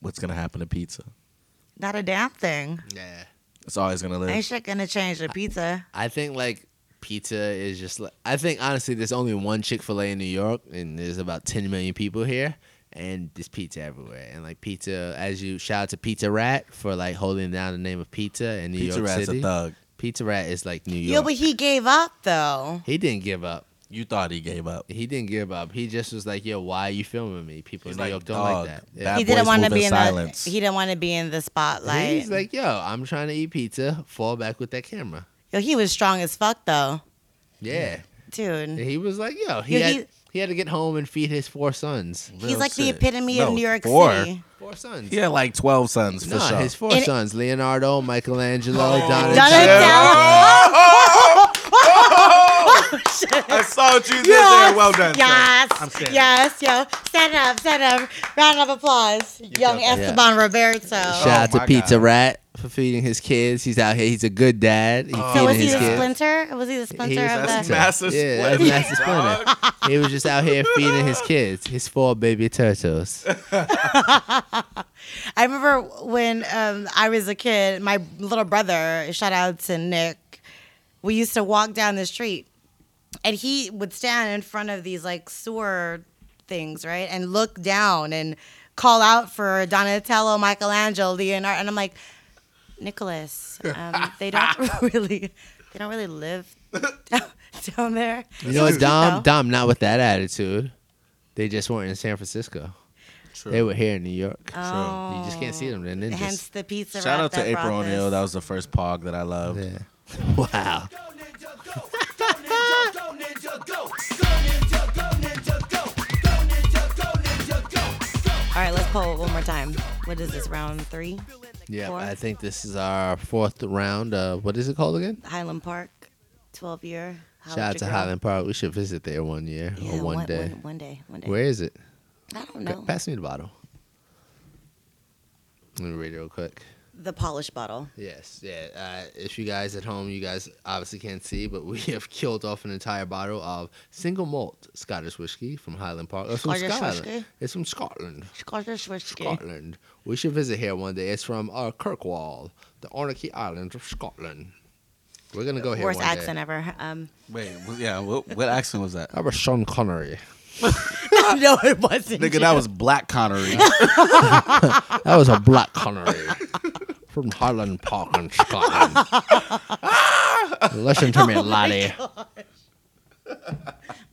S5: what's gonna happen to pizza?
S4: Not a damn thing.
S3: Yeah.
S5: It's always gonna live.
S4: Ain't shit gonna change the pizza.
S3: I think like pizza is just like I think honestly there's only one Chick-fil-A in New York and there's about 10 million people here and there's pizza everywhere and like pizza as you shout out to Pizza Rat for like holding down the name of pizza in New
S5: pizza
S3: York
S5: rat's
S3: City.
S5: a thug.
S3: Pizza Rat is like New
S4: Yo,
S3: York.
S4: but he gave up though.
S3: he didn't give up.
S5: You thought he gave up.
S3: He didn't give up. He just was like, "Yo, why are you filming me? People
S5: He's
S3: in New
S5: like,
S3: York don't
S5: "Dog,
S3: like that."
S5: Bad
S4: he didn't
S5: boys
S4: want to
S5: move
S4: be
S5: in
S4: in
S5: silence.
S4: the. He didn't want to be in the spotlight.
S3: He's like, "Yo, I'm trying to eat pizza. Fall back with that camera."
S4: Yo, he was strong as fuck though,
S3: Yeah,
S4: dude.
S3: he was like, "Yo, he
S4: Yeah,
S3: had,
S4: he-
S3: he had to get home and feed his four sons.
S4: He's
S5: Real
S4: like the
S5: shit.
S4: epitome of
S5: No,
S4: New York
S5: four.
S4: City.
S3: Four sons.
S5: He had like twelve sons for
S3: No,
S5: sure.
S3: his four
S4: And- Oh,
S3: sons: Leonardo, Michelangelo, Donatello.
S4: Donatello.
S5: Oh, I saw what you did
S4: Yes,
S5: there. Well done. sir.
S4: yes,
S5: I'm standing.
S4: yes, yo, stand up, stand up. Round of applause, young
S5: got
S3: that.
S4: Esteban Roberto.
S3: Shout
S5: Oh,
S3: out to
S5: my
S3: Pizza
S5: God.
S3: Rat for feeding his kids. He's out here. He's a good dad. He's
S5: Oh,
S4: so Oh,
S3: feeding
S4: was he
S3: his
S4: the
S3: kids.
S4: splinter? Was he the
S3: He
S4: splinter
S3: was
S4: of
S3: a
S4: the?
S5: That's massive
S3: Yeah, that's
S5: splinter,
S3: massive splinter. He was just out here feeding his kids, his four baby turtles.
S4: I remember when um, I was a kid, my little brother, shout out to Nick, we used to walk down the street and he would stand in front of these like sewer things, right? And look down and call out for Donatello, Michelangelo, Leonardo. And I'm like, Nicholas, um, they don't really, they don't really live down, down there.
S3: You know what,
S4: No.
S3: Dom? Dom, not with that attitude. They just weren't in San Francisco.
S5: True.
S3: They were here in New York.
S4: Oh.
S3: You just can't see them. They're ninjas.
S4: Hence the pizza.
S5: Shout
S4: wrap
S5: out to
S4: that
S5: April
S4: brought
S5: O'Neil.
S4: this.
S5: That was the first pog that I loved.
S3: yeah. Wow.
S4: All right, let's pull it one more time. What is this, round three?
S3: Yeah,
S4: Four.
S3: I think this is our fourth round of what is it called again?
S4: Highland Park, 12 year. Holla
S3: Shout out
S4: at
S3: to
S4: your girl.
S3: Highland Park. We should visit there one year
S4: Yeah,
S3: or one, day.
S4: One, one day. One day.
S3: Where is it?
S4: I don't know.
S3: Pass me the bottle. Let me read it real quick.
S4: The polished bottle.
S3: Yes, yeah. Uh, if you guys at home, you guys obviously can't see, but we have killed off an entire bottle of single malt Scottish whiskey from Highland Park. It's from
S4: Scottish
S3: Scotland.
S4: whiskey?
S3: It's from Scotland.
S4: Scottish whiskey.
S3: Scotland. We should visit here one day. It's from uh, Kirkwall, the Orkney Islands of Scotland. We're gonna go here
S4: Worst
S3: one
S4: accent
S3: day.
S4: ever. Um,
S5: Wait, wh- yeah, what, what accent was that?
S3: That was Sean Connery.
S4: no, it wasn't.
S5: Nigga, that was Black Connery.
S3: That was a black Connery from Highland Park in Scotland. Listen to
S5: Oh
S3: me, laddie.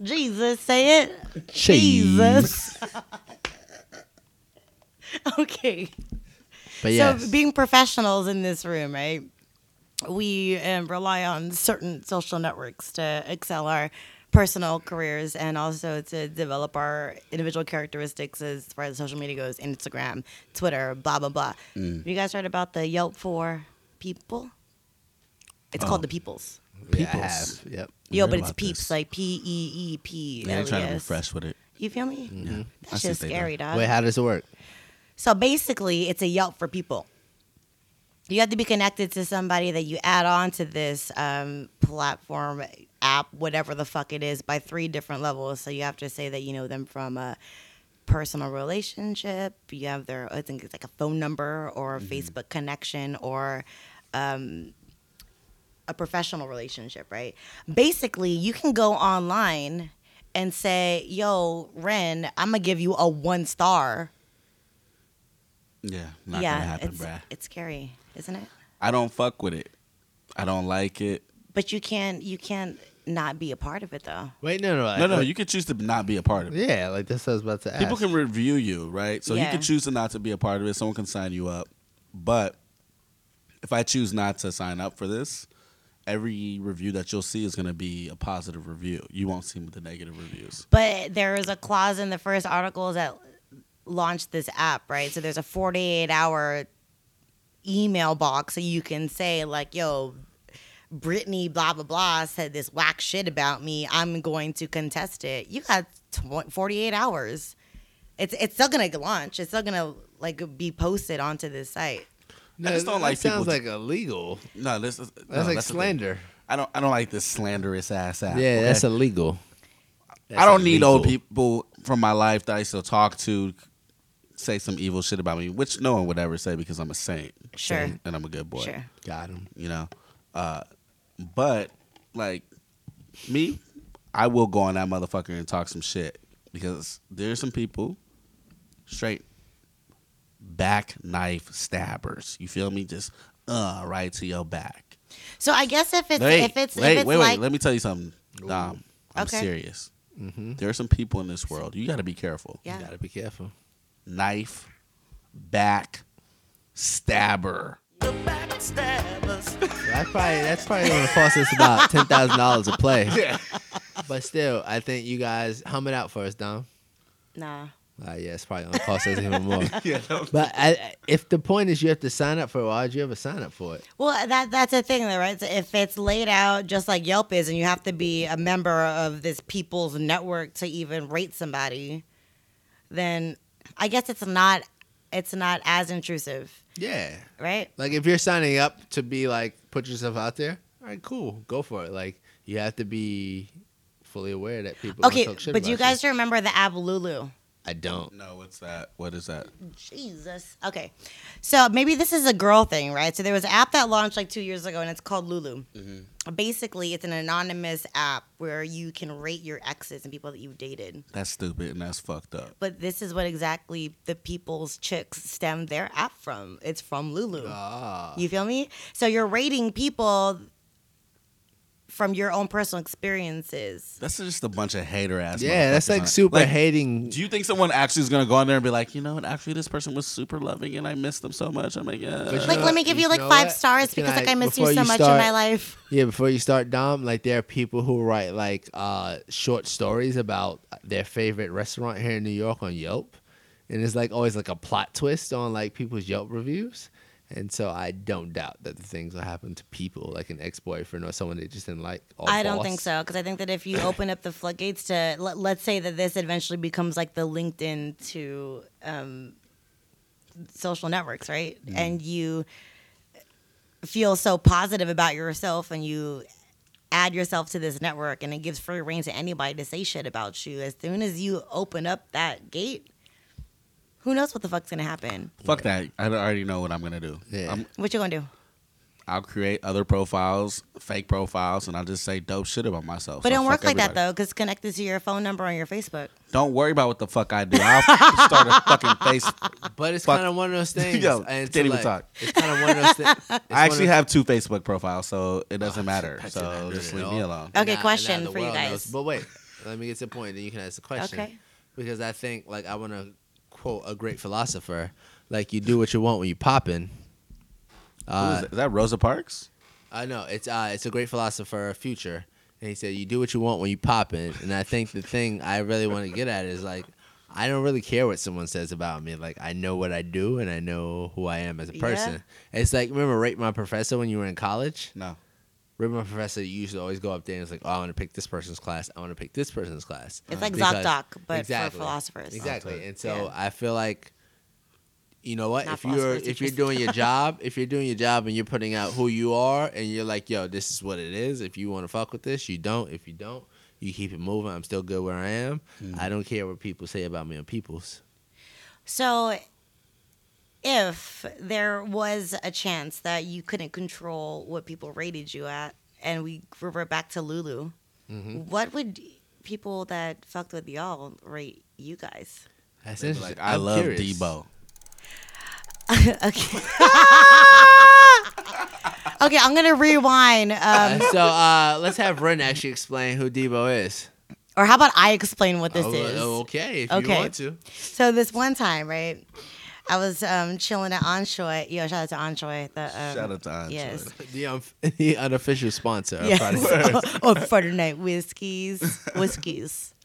S4: Jesus, say it.
S3: Jesus.
S4: Jesus. okay.
S3: But yes,
S4: So, being professionals in this room, right? We um, rely on certain social networks to excel our personal careers and also to develop our individual characteristics as far as social media goes Instagram, Twitter, blah, blah, blah.
S5: Mm.
S4: Have You guys heard about the Yelp for people? It's called the Peoples.
S3: yeah, I
S5: Peoples.
S3: have. Yep.
S4: Yo,
S5: Oh. heard
S4: but it's
S5: about
S4: peeps,
S5: this.
S4: like P E E P.
S5: Yeah, they're trying to be
S4: L E S.
S5: fresh with it.
S4: You feel me? Yeah.
S5: I
S4: That's
S5: see
S4: just
S5: what they
S4: scary, dog.
S3: Wait, how does it work?
S4: So basically, it's a Yelp for people. You have to be connected to somebody that you add on to this um, platform, app, whatever the fuck it is, by three different levels. So you have to say that you know them from a personal relationship. You have their, I think it's like a phone number or a Facebook connection or um, a professional relationship, right? Basically, you can go online and say, yo, Ren, I'm going to give you a one star.
S5: Yeah, not gonna happen,
S4: it's,
S5: bruh.
S4: it's scary, isn't it?
S5: I don't fuck with it. I don't like it.
S4: But you can't you can't not be a part of it though.
S3: Wait, no, no, like-
S5: No, no, you could choose to not be a part of it.
S3: Yeah, like this. I was about to ask.
S5: People can review you, right? So you
S4: Yeah.
S5: can choose to not to be a part of it. Someone can sign you up. But if I choose not to sign up for this, every review that you'll see is going to be a positive review. You won't see the negative reviews.
S4: But there was a clause in the first articles that launched this app, right? So there's a 48 hour email box so you can say like, yo, Brittany blah blah blah said this whack shit about me. I'm going to contest it. You got tw- 48 hours. It's it's still gonna launch. It's still gonna like be posted onto this site.
S3: No,
S5: just don't
S3: that
S5: like
S3: sounds
S5: people-
S3: like illegal.
S5: No, this is no,
S3: That's like
S5: the thing.
S3: slander.
S5: I don't. I don't like this slanderous ass app.
S3: Yeah,
S5: Ah, okay?
S3: that's illegal.
S5: I don't need old
S3: illegal.
S5: people from my life that I used to talk to say some evil shit about me, which no one would ever say because I'm a saint.
S4: Sure.
S5: And I'm a good boy.
S4: Sure.
S3: Got him.
S5: You know? Uh, but, like, me, I will go on that motherfucker and talk some shit because there's some people straight back knife stabbers. You feel me? Just uh, right to your back.
S4: So I guess if it's
S5: Wait,
S4: if it's
S5: wait,
S4: if it's
S5: wait,
S4: like
S5: wait. Let me tell you something, Dom. I'm
S4: Okay.
S5: serious.
S3: Mm-hmm.
S5: There are some people in this world. You got to be careful.
S4: Yeah.
S3: You gotta be careful.
S5: Knife, back, stabber.
S3: That's probably that's probably gonna cost us about ten thousand dollars a play. Yeah. But still, I think you guys hum it out for us, Dom.
S4: nah.
S3: Uh, yeah, it's probably gonna cost us even more. But I- I, if the point is you have to sign up for it, why would you ever sign up for it?
S4: Well, that that's a thing, though, right? So if it's laid out just like Yelp is, and you have to be a member of this people's network to even rate somebody, then I guess it's not it's not as intrusive,
S3: Yeah.
S4: right?
S3: Like if you're signing up to be like put yourself out there, all right, cool, go for it. Like you have to be fully aware that people. gonna
S4: okay,
S3: talk shit
S4: but do you
S3: about
S4: guys remember the app Lulu?
S3: I don't.
S5: No, what's that? What is that?
S4: Jesus. Okay, so maybe this is a girl thing, right? So there was an app that launched like two years ago, and it's called Lulu. Basically, it's an anonymous app where you can rate your exes and people that you've dated.
S5: That's stupid and that's fucked up.
S4: But this is what exactly the people's chicks stem their app from. It's from Lulu.
S3: Ah.
S4: You feel me? So you're rating people from your own personal experiences.
S5: That's just a bunch of hater ass.
S3: Yeah, that's
S5: motherfuckers on
S3: like
S5: it.
S3: super
S5: Like,
S3: hating.
S5: Do you think someone actually is gonna go on there and be like, you know what? Actually, this person was super loving and I missed them so much. I'm like,
S3: But you
S5: yeah.
S4: Like,
S3: know
S4: let me
S3: what?
S4: give
S3: Uh, You
S4: you like
S3: know
S4: five
S3: what?
S4: stars
S3: Can
S4: because like
S3: I-
S4: I miss you
S3: before
S4: so
S3: you
S4: much in
S3: start-
S4: my life.
S3: Yeah, before you start, Dom, like there are people who write like uh, short stories about their favorite restaurant here in New York on Yelp, and it's like always like a plot twist on like people's Yelp reviews. And so I don't doubt that the things will happen to people, like an ex-boyfriend or someone they just didn't like. Or
S4: I don't
S3: boss.
S4: think so because I think that if you open up the floodgates to let, let's say that this eventually becomes like the LinkedIn to um, social networks, right?
S5: Mm.
S4: And you feel so positive about yourself and you add yourself to this network and it gives free reign to anybody to say shit about you. As soon as you open up that gate, who knows what the fuck's gonna happen?
S5: Fuck that. I already know what I'm gonna do.
S3: Yeah.
S5: I'm,
S4: What you gonna do?
S5: I'll create other profiles, fake profiles, and I'll just say dope shit about myself.
S4: But it
S5: So
S4: don't work
S5: fuck
S4: like that
S5: everybody.
S4: though, because it's connected to your phone number on your Facebook.
S5: Don't worry about what the fuck I do. I'll f- start a fucking face.
S3: But it's
S5: Fuck.
S3: kind of one of those things.
S5: Yo,
S3: and it's
S5: can't even
S3: like-
S5: talk.
S3: It's kind of one of those things.
S5: I actually have two Facebook profiles, so it doesn't matter.
S3: that's an
S5: So
S3: under
S5: just
S3: it
S5: leave
S3: all.
S5: me alone.
S4: Okay, question for you guys.
S3: But wait, let me get to the point, then you can ask the question.
S4: Okay.
S3: Because I think, like, I want to quote a great philosopher: like, you do what you want when you poppin'.
S5: Who is,
S3: Uh,
S5: that? Is that Rosa Parks?
S3: I know it's uh, it's a great philosopher, Future, and he said, "You do what you want when you poppin'." And I think the thing I really want to get at is like. I don't really care what someone says about me. Like I know what I do and I know who I am as a
S4: Yeah.
S3: person. It's like remember rate my professor when you were in college?
S5: No.
S3: Remember, my professor used to always go up there and it's like, oh, I want to pick this person's class. I want to pick this person's class.
S4: It's like
S3: Because-
S4: ZocDoc, but
S3: Exactly.
S4: for philosophers.
S3: Exactly.
S5: Okay.
S3: And so
S4: Yeah.
S3: I feel like, you know what?
S4: Not
S3: if you're
S4: philosophers,
S3: if you're
S4: teachers.
S3: doing your job, if you're doing your job and you're putting out who you are, and you're like, yo, this is what it is. If you want to fuck with this, you don't. If you don't, you keep it moving. I'm still good where I am.
S5: Mm.
S3: I don't care what people say about me on people's.
S4: So, if there was a chance that you couldn't control what people rated you at, and we revert back to Lulu, what would people that fucked with y'all rate you guys?
S3: That's
S5: They'd be
S3: interesting.
S5: Like, I
S3: I'm
S5: love
S3: curious.
S5: Debo.
S4: okay. okay, I'm gonna rewind.
S3: Uh,
S4: Um,
S3: so uh, let's have Ren actually explain who Debo is.
S4: or how about I explain what this
S3: Oh,
S4: is?
S3: oh, Okay, if you
S4: Okay.
S3: want to.
S4: So this one time, right? I was um, chilling at Onshoy. Yo, shout out to Onshoy. The, um,
S5: Shout out to Andre.
S4: Yes.
S3: The, unf the unofficial sponsor. of Friday Night Lights.
S4: yes. or Friday night whiskeys, whiskeys.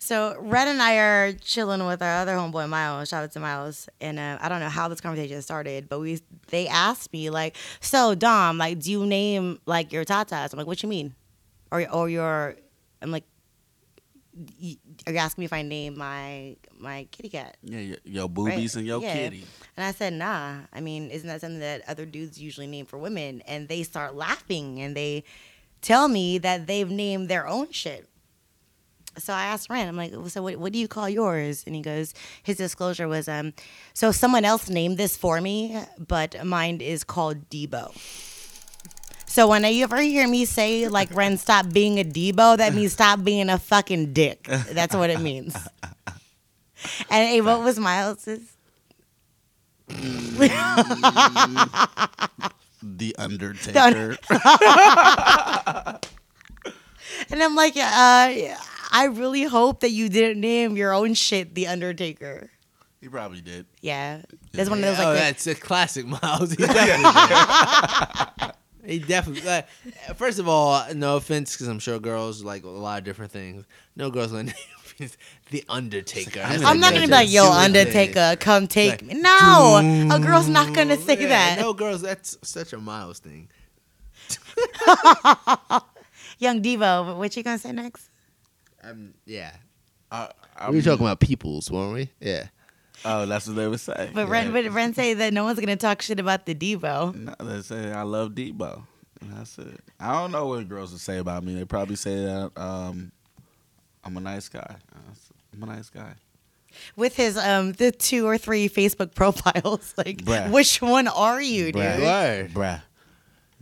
S4: So Red and I are chilling with our other homeboy Miles. Shout out to Miles. And uh, I don't know how this conversation started, but we they asked me like, "So Dom, like, do you name like your tatas?" I'm like, "What you mean?" Or or your, I'm like, y- "Are you asking me if I name my my kitty cat?"
S5: Yeah, your, your boobies
S4: Right.
S5: and your
S4: Yeah.
S5: kitty.
S4: And I said, nah. I mean, isn't that something that other dudes usually name for women? And they start laughing and they tell me that they've named their own shit. So I asked Rand, I'm like, so what, what do you call yours? And he goes, his disclosure was, um, so someone else named this for me, but mine is called Debo. So when you ever hear me say like Ren, stop being a Debo, that means stop being a fucking dick. That's what it means. And hey, what was Miles's?
S5: The Undertaker.
S4: And I'm like, uh, I really hope that you didn't name your own shit the Undertaker.
S5: he probably did.
S4: Yeah, that's one of those
S3: oh,
S4: like.
S3: that's a classic, Miles. He definitely. did. he definitely. Like, first of all, no offense, because I'm sure girls like a lot of different things. No girls gonna name the Undertaker.
S5: I'm
S4: I'm not gonna be like, yo,
S3: That's a human thing.
S4: Undertaker, come take me. No, a girl's not gonna say
S3: Yeah,
S4: that.
S3: No girls, that's such a Miles thing.
S4: Young Devo, what you gonna say next?
S3: Um, yeah,
S5: I,
S3: we were
S5: I'm-
S3: talking about peoples, weren't we? Yeah.
S5: Oh, that's what they would say.
S4: But
S5: Yeah.
S4: Ren, but Ren say that no one's gonna talk shit about the Devo.
S5: No, they say I love Debo. And That's it. I don't know what girls would say about me. They probably say that um, I'm a nice guy. Uh, I'm a nice guy.
S4: With his um, the two or three Facebook profiles, like,
S5: Bruh.
S4: which one are you, dude?
S5: Bruh.
S3: Word.
S5: Bruh.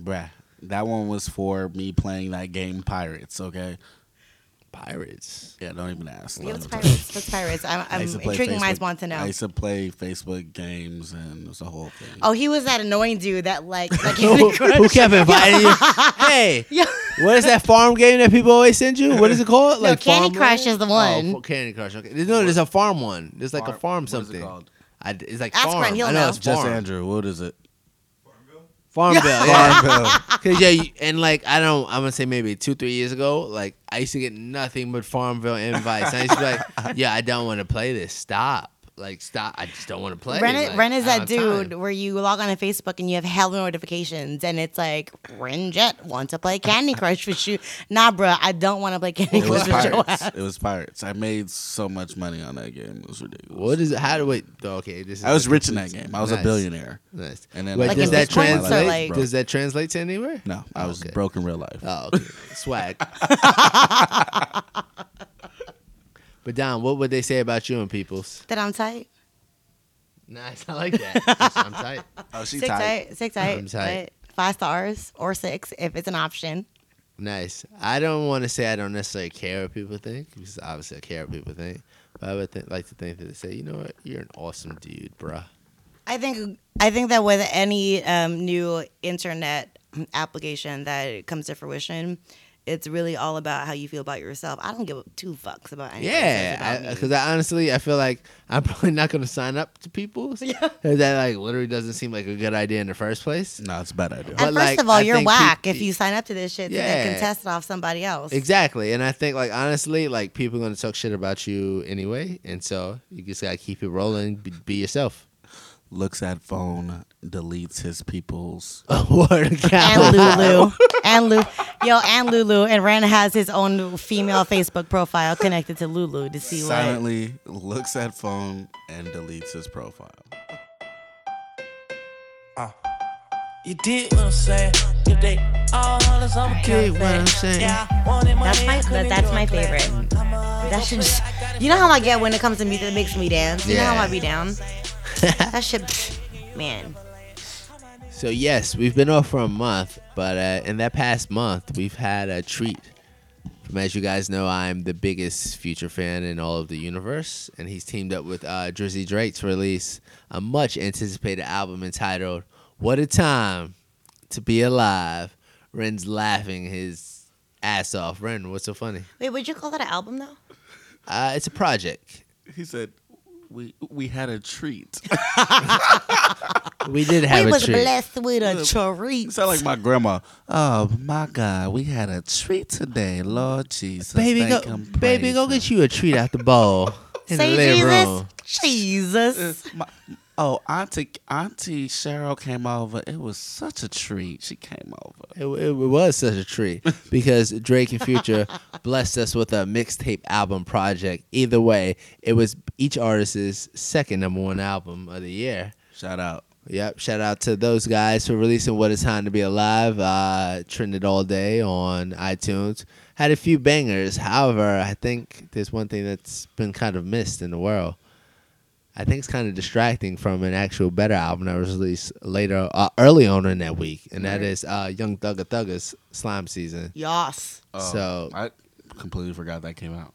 S5: Bruh. That one was for me playing that game Pirates, okay?
S3: Pirates.
S5: Yeah, don't even ask.
S4: Yeah, what's pirates? What's pirates? I'm,
S5: I
S4: I'm
S5: used to play
S4: intriguing. Minds
S5: Facebook-
S4: want to know.
S5: I used to play Facebook games and it was a whole thing.
S4: Oh, he was that annoying dude that like like
S3: who, who kept inviting you? Hey,
S4: Yeah.
S3: what is that farm game that people always send you? What is it called?
S4: No, Candy
S3: Farm
S4: Crush
S3: Land?
S4: is the one.
S3: Oh, f- Candy Crush. Okay. There's, no, there's a farm one. There's like
S5: Farm-
S3: a farm
S5: what is it
S3: something.
S5: called?
S3: I d it's like
S4: Ask
S3: farm.
S4: Ren, he'll
S3: I know
S4: know.
S3: it's
S5: Just
S3: farm.
S5: Andrew, what is it?
S3: Farm bill. Yeah.
S5: Farmville.
S3: Cause yeah, you- and like I don't, I'm gonna say maybe two, three years ago, like I used to get nothing but Farmville invites. I used to be like, yeah, I don't want to play this. Stop. Like stop. I just don't want to play.
S4: Ren,
S3: like,
S4: Ren is
S3: I
S4: that
S3: don't have time.
S4: dude where you log on to Facebook and you have hell notifications and it's like Ren Jet want to play Candy Crush with you. Nah, bruh, I don't want to play Candy
S5: It was
S4: Crush with your
S5: pirates.
S4: ass.
S5: It was pirates. I made so much money on that game. It was ridiculous.
S3: What is it? How do we? oh, Okay, this is.
S5: I was rich in that game. I was
S3: Nice.
S5: a billionaire.
S3: Nice.
S5: And then
S3: Wait,
S5: I
S4: Like,
S3: does
S4: if
S5: realized
S3: that
S4: his points
S5: my life
S3: translate?
S4: are,
S5: was
S4: like-
S5: broke.
S3: does that translate to anywhere?
S5: No, I was
S3: Oh, Okay.
S5: broke in real life.
S3: Oh, okay. swag. but Don, what would they say about you and peoples?
S4: That I'm tight.
S3: Nice, I like that. Just, I'm tight.
S5: oh, she
S4: Six tight. Six tight.
S3: I'm tight.
S4: right? Five stars or six if it's an option.
S3: Nice. I don't want to say I don't necessarily care what people think because obviously I care what people think. But I would th- like to think that they say, you know what, you're an awesome dude, bruh.
S4: I think I think that with any um, new internet application that comes to fruition, it's really all about how you feel about yourself. I don't give two fucks about anything.
S3: Yeah, because I, honestly I feel like I'm probably not going to sign up to people's.
S4: Yeah.
S3: That like literally doesn't seem like a good idea in the first place.
S5: No, it's a bad idea.
S3: I- but,
S4: and first
S3: like,
S4: of all,
S3: I
S4: you're
S3: think
S4: whack
S3: peop-
S4: if you sign up to this shit to
S3: Yeah.
S4: then contest it off somebody else.
S3: Exactly, and I think like honestly, like people are gonna talk shit about you anyway, and so you just gotta keep it rolling. Be, be yourself.
S5: Looks at phone, deletes his people's.
S3: Word of
S4: And
S3: God.
S4: Lulu. and Lulu. Yo, and Lulu. And Ren has his own female Facebook profile connected to Lulu to see what.
S5: Silently looks at phone and deletes his profile.
S6: You did what I'm saying. If they all hollers, I'm
S3: Dig what I'm saying.
S6: Yeah, I wanted my
S4: That's
S6: man
S4: my-
S6: couldn't
S4: that's
S6: do
S4: my
S6: it, glad.
S4: favorite.
S6: I'm a
S4: That
S6: big
S4: should
S6: old
S4: just,
S6: player. I got it
S4: you know how I get when it comes to music that makes me dance. You know how
S3: Yeah.
S4: I be down. that shit, pfft, man.
S3: So yes, we've been off for a month, but uh, in that past month, we've had a treat. From as you guys know, I'm the biggest Future fan in all of the universe, and he's teamed up with uh, Drizzy Drake to release a much anticipated album entitled "What a Time to Be Alive." Ren's laughing his ass off. Ren, what's so funny?
S4: Wait, would you call that an album though?
S3: Uh, it's a project.
S5: He said, "We we had a treat."
S3: We did have
S4: we
S3: a
S4: was
S3: treat.
S4: blessed with a treat.
S5: You sound like my grandma. Oh my God, we had a treat today, Lord Jesus.
S3: Baby,
S5: Thank
S3: go,
S5: him,
S3: baby,
S5: praise
S3: go
S5: him.
S3: get you a treat out the bowl in the
S4: Say
S3: living
S4: Jesus.
S3: room.
S5: Uh,
S4: Jesus.
S5: my- oh, Auntie Auntie Cheryl came over. It was such a treat. She came over.
S3: It, it was such a treat because Drake and Future blessed us with a mixtape album project. Either way, it was each artist's second number one album of the year.
S5: Shout out.
S3: Yep, shout out to those guys for releasing What a Time to Be Alive, uh, trended all day on iTunes. Had a few bangers. However, I think there's one thing that's been kind of missed in the world. I think it's kind of distracting from an actual better album that was released later, uh, early on in that week, and that is uh, Young Thugga Thugga's Slime Season.
S4: Yas.
S3: so,
S5: Oh, I completely forgot that came out.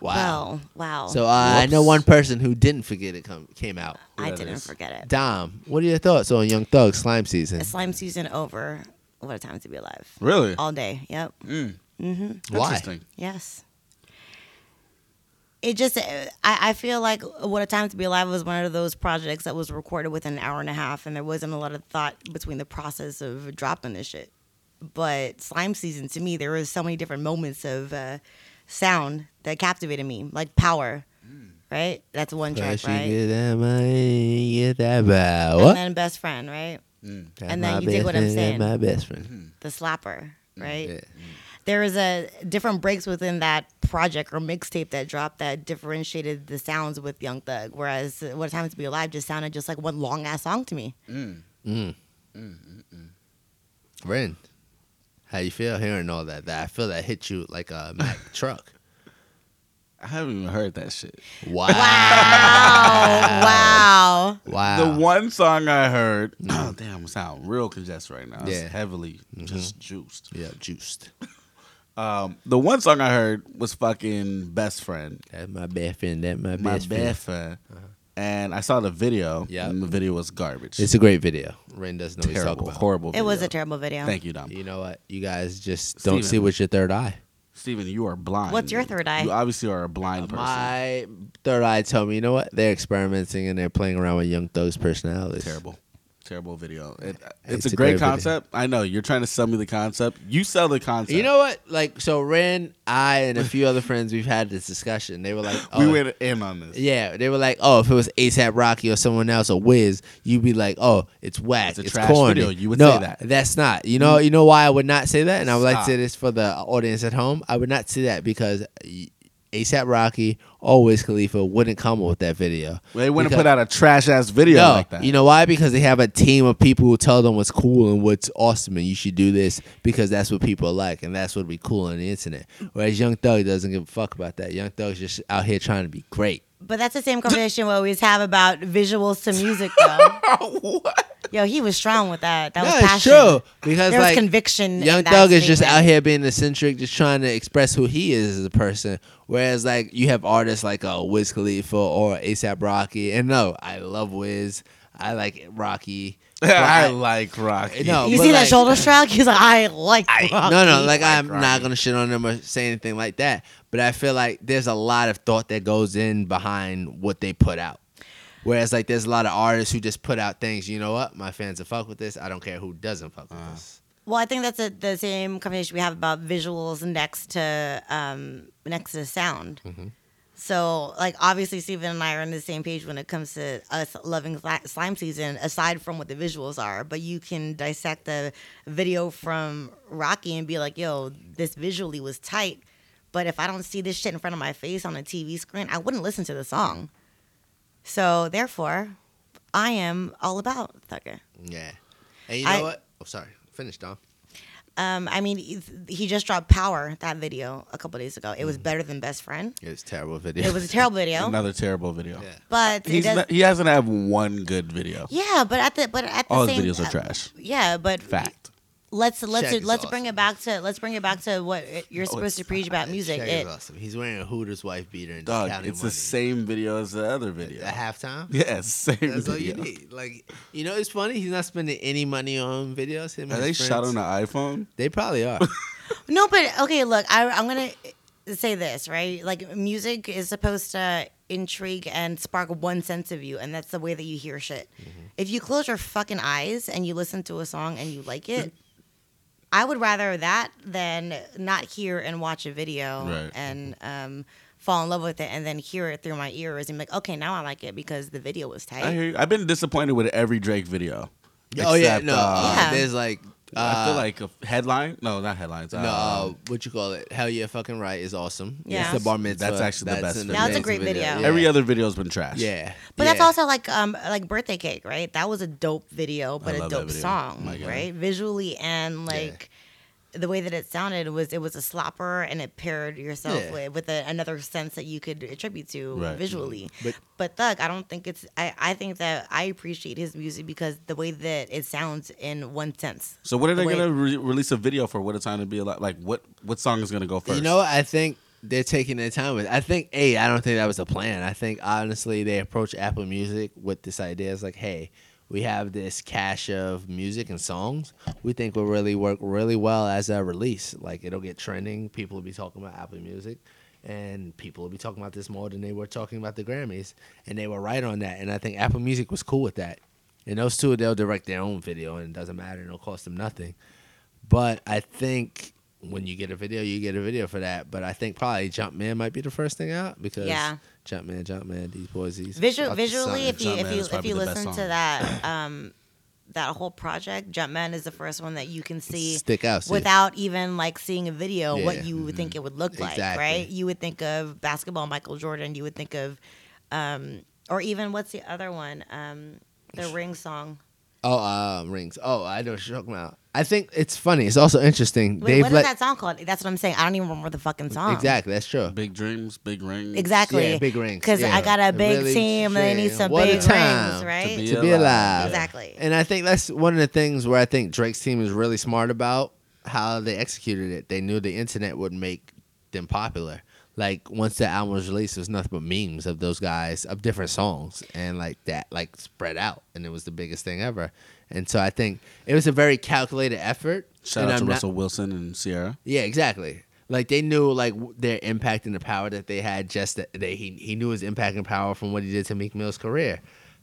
S3: wow.
S4: Well, wow.
S3: So, uh, I know
S5: Whoops.
S3: one person who didn't forget it come, came out.
S4: I
S5: that
S4: didn't
S5: is.
S4: forget it.
S3: Dom, what are your thoughts on Young Thug Slime Season?
S4: Slime season over. What a time to be alive.
S5: Really?
S4: All day. Yep.
S3: Uh, Why?
S4: Yes. It just, I, I feel like What a Time to Be Alive was one of those projects that was recorded within an hour and a half, and there wasn't a lot of thought between the process of dropping this shit. But Slime Season, to me, there was so many different moments of uh, sound that captivated me, like Power, right? That's one track,
S3: Plus
S4: right?
S3: you get that money, you get that power.
S4: And then Best Friend, right?
S3: That's
S4: and then
S3: my
S4: you dig
S3: best
S4: what I'm
S3: friend,
S4: saying.
S3: My best friend,
S5: Mm-hmm.
S4: The Slapper, right?
S3: Mm, Yeah.
S4: there was a different breaks within that project or mixtape that dropped that differentiated the sounds with Young Thug, whereas uh, "What a Time to Be Alive" just sounded just like one long ass song to me.
S5: Mm-hmm.
S3: Ren, Mm. how you feel hearing all that? That I feel that hit you like a Mack truck.
S5: I haven't even heard that shit.
S3: Wow,
S4: Wow,
S3: wow. Mm-hmm.
S5: The one song I heard, oh, damn, I sound real congested right now. It's
S3: Yeah. Mm-hmm.
S5: heavily just juiced.
S3: yeah, juiced.
S5: Um, the one song I heard was fucking Best Friend.
S3: That's my best friend. That my,
S5: My
S3: best
S5: best,
S3: friend. Uh-huh.
S5: friend. And I saw the video.
S3: Yeah.
S5: and the video was garbage.
S3: It's a great video. Ren doesn't know what he's
S5: terrible,
S3: talking about.
S5: horrible.
S4: it was
S5: video.
S4: a terrible video.
S5: Thank you, Dom.
S3: You know what? You guys just don't
S5: Steven.
S3: see with your third eye.
S5: Steven, you are blind.
S4: What's your third eye?
S5: You obviously are a blind person.
S3: My third eye told me, you know what? They're experimenting and they're playing around with Young Thug's personalities.
S5: Terrible. terrible video. It,
S3: It's
S5: it's, a
S3: a great
S5: great
S3: video.
S5: concept. I know you're trying to sell me the concept. You sell the concept.
S3: You know what? Like, so Ren, I, and a few other friends, we've had this discussion. They were like,
S5: we
S3: oh,
S5: went in on this.
S3: Yeah, they were like, oh, if it was ASAP Rocky or someone else or Wiz, you'd be like, oh, it's whack, it's,
S5: It's a trash
S3: corny.
S5: video. You would
S3: no,
S5: say that. Mm.
S3: That's not. You know, you know why I would not say that, and I would like to say
S5: Stop.
S3: this for the audience at home. I would not say that because ASAP Rocky or Wiz Khalifa wouldn't come up with that video.
S5: They wouldn't
S3: Because-
S5: put out a trash ass video
S3: no,
S5: like that.
S3: you know why? Because they have a team of people who tell them what's cool and what's awesome, and you should do this because that's what people like, and that's what be cool on the internet. Whereas Young Thug doesn't give a fuck about that. Young Thug's just out here trying to be great.
S4: But that's the same conversation we always have about visuals to music, though. Yo, he was strong with that. That was
S3: No,
S4: passion.
S3: it's true because
S4: There was
S3: like
S4: conviction in
S3: Young
S4: that
S3: Thug is just
S4: statement.
S3: out here being eccentric, just trying to express who he is as a person. Whereas like you have artists like uh, Wiz Khalifa or ASAP Rocky, and no, I love Wiz. I like Rocky. but
S5: I like rock.
S3: no,
S4: You
S3: but,
S4: see
S3: like-
S4: that shoulder shrug? He's like, I like.
S3: I,
S4: rock.
S3: no, no, like I'm
S5: Rocky.
S3: not gonna shit on them or say anything like that. But I feel like there's a lot of thought that goes in behind what they put out. Whereas like there's a lot of artists who just put out things. You know what? My fans will fuck with this. I don't care who doesn't fuck with this.
S4: Well, I think that's a, the same conversation we have about visuals next to um, next to sound. So, like, obviously, Steven and I are on the same page when it comes to us loving sli- slime season, aside from what the visuals are. But you can dissect the video from Rocky and be like, yo, this visually was tight. But if I don't see this shit in front of my face on a TV screen, I wouldn't listen to the song. So, therefore, I am all about Thugger.
S3: Yeah. And you know
S4: I-
S3: what? Oh, sorry. Finish, Dom.
S4: Um, I mean, he- he just dropped Power, that video, a couple days ago. It
S5: Mm.
S4: was better than Best Friend.
S3: It was a terrible video.
S4: It was a terrible video,
S5: Another terrible video.
S3: Yeah.
S4: but it
S5: He's
S4: does,
S5: not, he hasn't had one good video.
S4: yeah, but at the but at the
S5: All his
S4: same
S5: videos are
S4: uh,
S5: trash.
S4: yeah, but
S5: Fact.
S4: let's let's
S3: Shaq is
S4: let's bring
S3: awesome.
S4: it back to let's bring it back to what it- you're supposed
S5: Oh, it's
S4: to preach about music.
S3: Shaq is
S4: It,
S3: awesome. He's wearing a Hooters wife beater and
S5: Dog,
S3: just counting
S5: it's
S3: money.
S5: the same video as the other video.
S3: At halftime?
S5: Yeah, same
S3: That's all you
S5: video.
S3: need. Like, you know, it's funny. He's not spending any money on videos. Him and
S5: Are they
S3: his
S5: shot on
S3: friends.
S5: the iPhone?
S3: They probably are.
S4: no, but okay, look, I, I'm gonna say this right. Like, music is supposed to intrigue and spark one sense of you, and that's the way that you hear shit.
S5: Mm-hmm.
S4: If you close your fucking eyes and you listen to a song and you like it. I would rather that than not hear and watch a video
S5: Right. Mm-hmm.
S4: and um, fall in love with it and then hear it through my ears and be like, okay, now I like it because the video was tight.
S5: I hear you. I've been disappointed with every Drake video.
S3: oh, yeah.
S5: Except,
S3: No.
S5: uh,
S4: Yeah.
S3: There's like. Uh,
S5: I feel like um, a headline. No, not headlines.
S3: No, uh, what you call it? Hell yeah, fucking right is awesome.
S4: Yeah.
S3: It's the bar mitzvah.
S5: That's actually the best
S3: an
S5: video. That was a
S3: amazing
S4: great video.
S3: Yeah.
S5: Every other video's been trash.
S3: Yeah.
S4: but that's
S3: Yeah.
S4: also like um, like birthday cake, right? That was a dope video, but a
S5: love that
S4: dope
S5: video.
S4: song,
S5: My God.
S4: right? Visually and like the way that it sounded was it was a slopper and it paired yourself
S3: Yeah.
S4: with, with a, another sense that you could attribute to
S5: Right.
S4: visually.
S3: But-
S4: But, Thug, I don't think it's. I, I think that I appreciate his music because the way that it sounds in one sense.
S5: So what are they
S4: Wait.
S5: gonna re- release a video for? What a time to be alive! Like what? What song is gonna go first?
S3: You know, what? I think they're taking their time with. I think a. I don't think that was the plan. I think honestly, they approached Apple Music with this idea. It's like, hey, we have this cache of music and songs. We think will really work really well as a release. Like it'll get trending. People will be talking about Apple Music. And people will be talking about this more than they were talking about the Grammys, and they were right on that. And I think Apple Music was cool with that. And those two, they'll direct their own video, and it doesn't matter, and it'll cost them nothing. But I think when you get a video, you get a video for that. But I think probably Jumpman might be the first thing out because
S4: Yeah.
S3: Jumpman, Jumpman, these boys, these
S4: Visual,
S3: fuck the
S4: visually,
S3: sun.
S4: if you
S5: Jumpman
S4: if you
S5: is
S4: if
S5: probably
S4: you
S5: the best
S4: listen to
S5: song.
S4: that um, that whole project, Jumpman is the first one that you can see
S3: stick out see.
S4: without even like seeing a video
S3: Yeah. Mm-hmm.
S4: what you would think it would look like,
S3: Exactly.
S4: right? You would think of basketball Michael Jordan. You would think of, um, or even what's the other one? Um, the Ring song.
S3: Oh, um, rings. Oh, I know what you're talking about. I think it's funny. It's also interesting.
S4: Wait,
S3: They've
S4: what is
S3: let
S4: that song called? That's what I'm saying. I don't even remember the fucking song.
S3: exactly. That's true.
S5: big dreams, big rings.
S4: Exactly.
S3: Yeah, big rings.
S4: Because
S3: Yeah.
S4: I got a
S3: It
S4: big
S3: really
S4: team. and They need
S3: should.
S4: some
S3: What a
S4: big
S3: time
S4: rings,
S3: to
S4: right?
S5: be
S3: to be alive.
S4: Exactly.
S3: And I think that's one of the things where I think Drake's team is really smart about how they executed it. They knew the internet would make them popular. Like once the album was released, it was nothing but memes of those guys of different songs and like that like spread out and it was the biggest thing ever. And so I think it was a very calculated effort.
S5: Shout
S3: and
S5: out to
S3: I'm not-
S5: Russell Wilson and Sierra.
S3: yeah, exactly. Like they knew like w- their impact and the power that they had. Just that they, he he knew his impact and power from what he did to Meek Mill's career.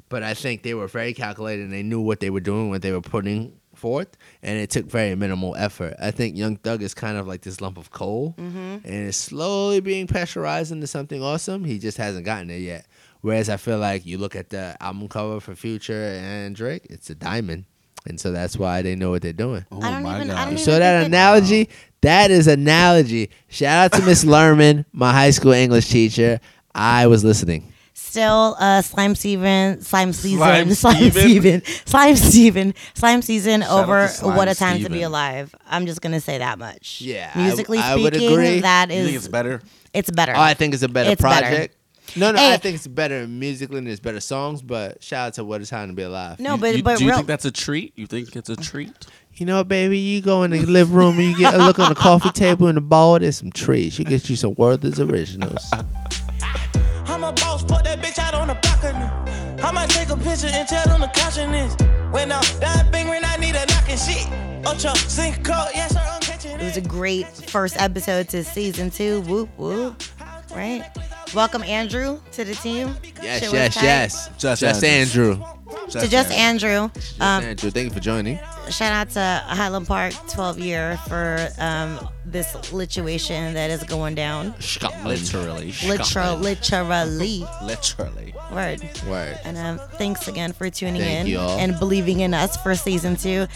S3: But I think they were very calculated and they knew what they were doing, what they were putting forth, and it took very minimal effort. I think Young Thug is kind of like this lump of coal, and it's slowly being pressurized into something awesome. He just hasn't gotten it yet. Whereas I feel like you look at the album cover for Future and Drake, it's a diamond, and so that's why they know what they're doing.
S5: Oh
S4: I don't
S5: my
S4: even- I
S5: god!
S4: don't
S3: You
S4: even-
S3: saw that analogy? That is analogy. Shout out to Miss Lerman, my high school English teacher. I was listening.
S4: Still, uh, slime season, slime season,
S5: Slime
S4: slime,
S5: Steven.
S4: season, slime season, slime season
S5: out
S4: over
S5: to Slime
S4: what a time to
S5: Steven.
S4: be alive. I'm just gonna say that much.
S3: Yeah, I-
S4: musically
S3: I would
S4: speaking,
S3: agree.
S4: that
S5: you
S4: is
S5: think it's better?
S4: it's better.
S3: Oh, I think it's a better
S4: It's better.
S3: project. No, no, I
S4: Hey.
S3: think it's better musically and there's better songs, but shout out to What a Time to Be Alive.
S4: no,
S5: You-
S4: but
S5: you-
S4: but
S5: do you
S4: real,
S5: think that's a treat? You think it's a treat?
S3: You know, baby, you go in the living room and you get a look on the coffee table and the ball, there's some trees. You get you some Werther's Originals.
S6: I'm a boss, put that bitch out on the balcony. I might take a picture and tell them to caution this. When I'm that thing when I need a knocking shit. Ultra sink coat, yes, sir, I'm catching
S4: It was a great first episode to season two. Whoop whoop. Right. Welcome Andrew to the team. Shit
S3: yes,
S4: was
S3: yes,
S4: tight.
S3: yes.
S5: Just
S3: Just
S5: Andrew.
S3: Andrew.
S4: To just Andrew. Um,
S3: Andrew, thank you for joining.
S4: shout out to Highland Park 12 year for um, this lituation that is going down.
S5: literally,
S4: Literal, literally,
S5: literally.
S4: word.
S3: Word.
S4: And um, thanks again for tuning
S3: Thank
S4: in
S3: you all.
S4: and believing in us for season two.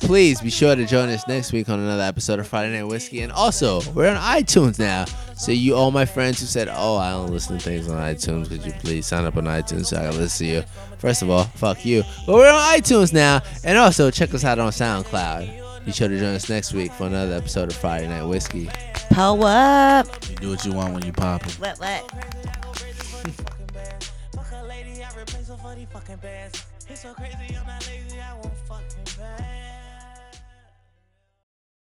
S3: please be sure to join us next week on another episode of Friday Night Whiskey. And also, we're on iTunes now. So you all my friends who said, "Oh, I don't listen to things on iTunes," could you please sign up on iTunes so I can listen to you? First of all, fuck you. But we're on iTunes now, and also check us out on SoundCloud. Be sure to join us next week for another episode of Friday Night Whiskey.
S4: Po up.
S5: You do what you want when you pop it.
S4: What, what?
S6: fucking bands. Fuck a lady, I replace her for these fucking bands. It's so crazy, I'm not lazy, I won't fucking bad.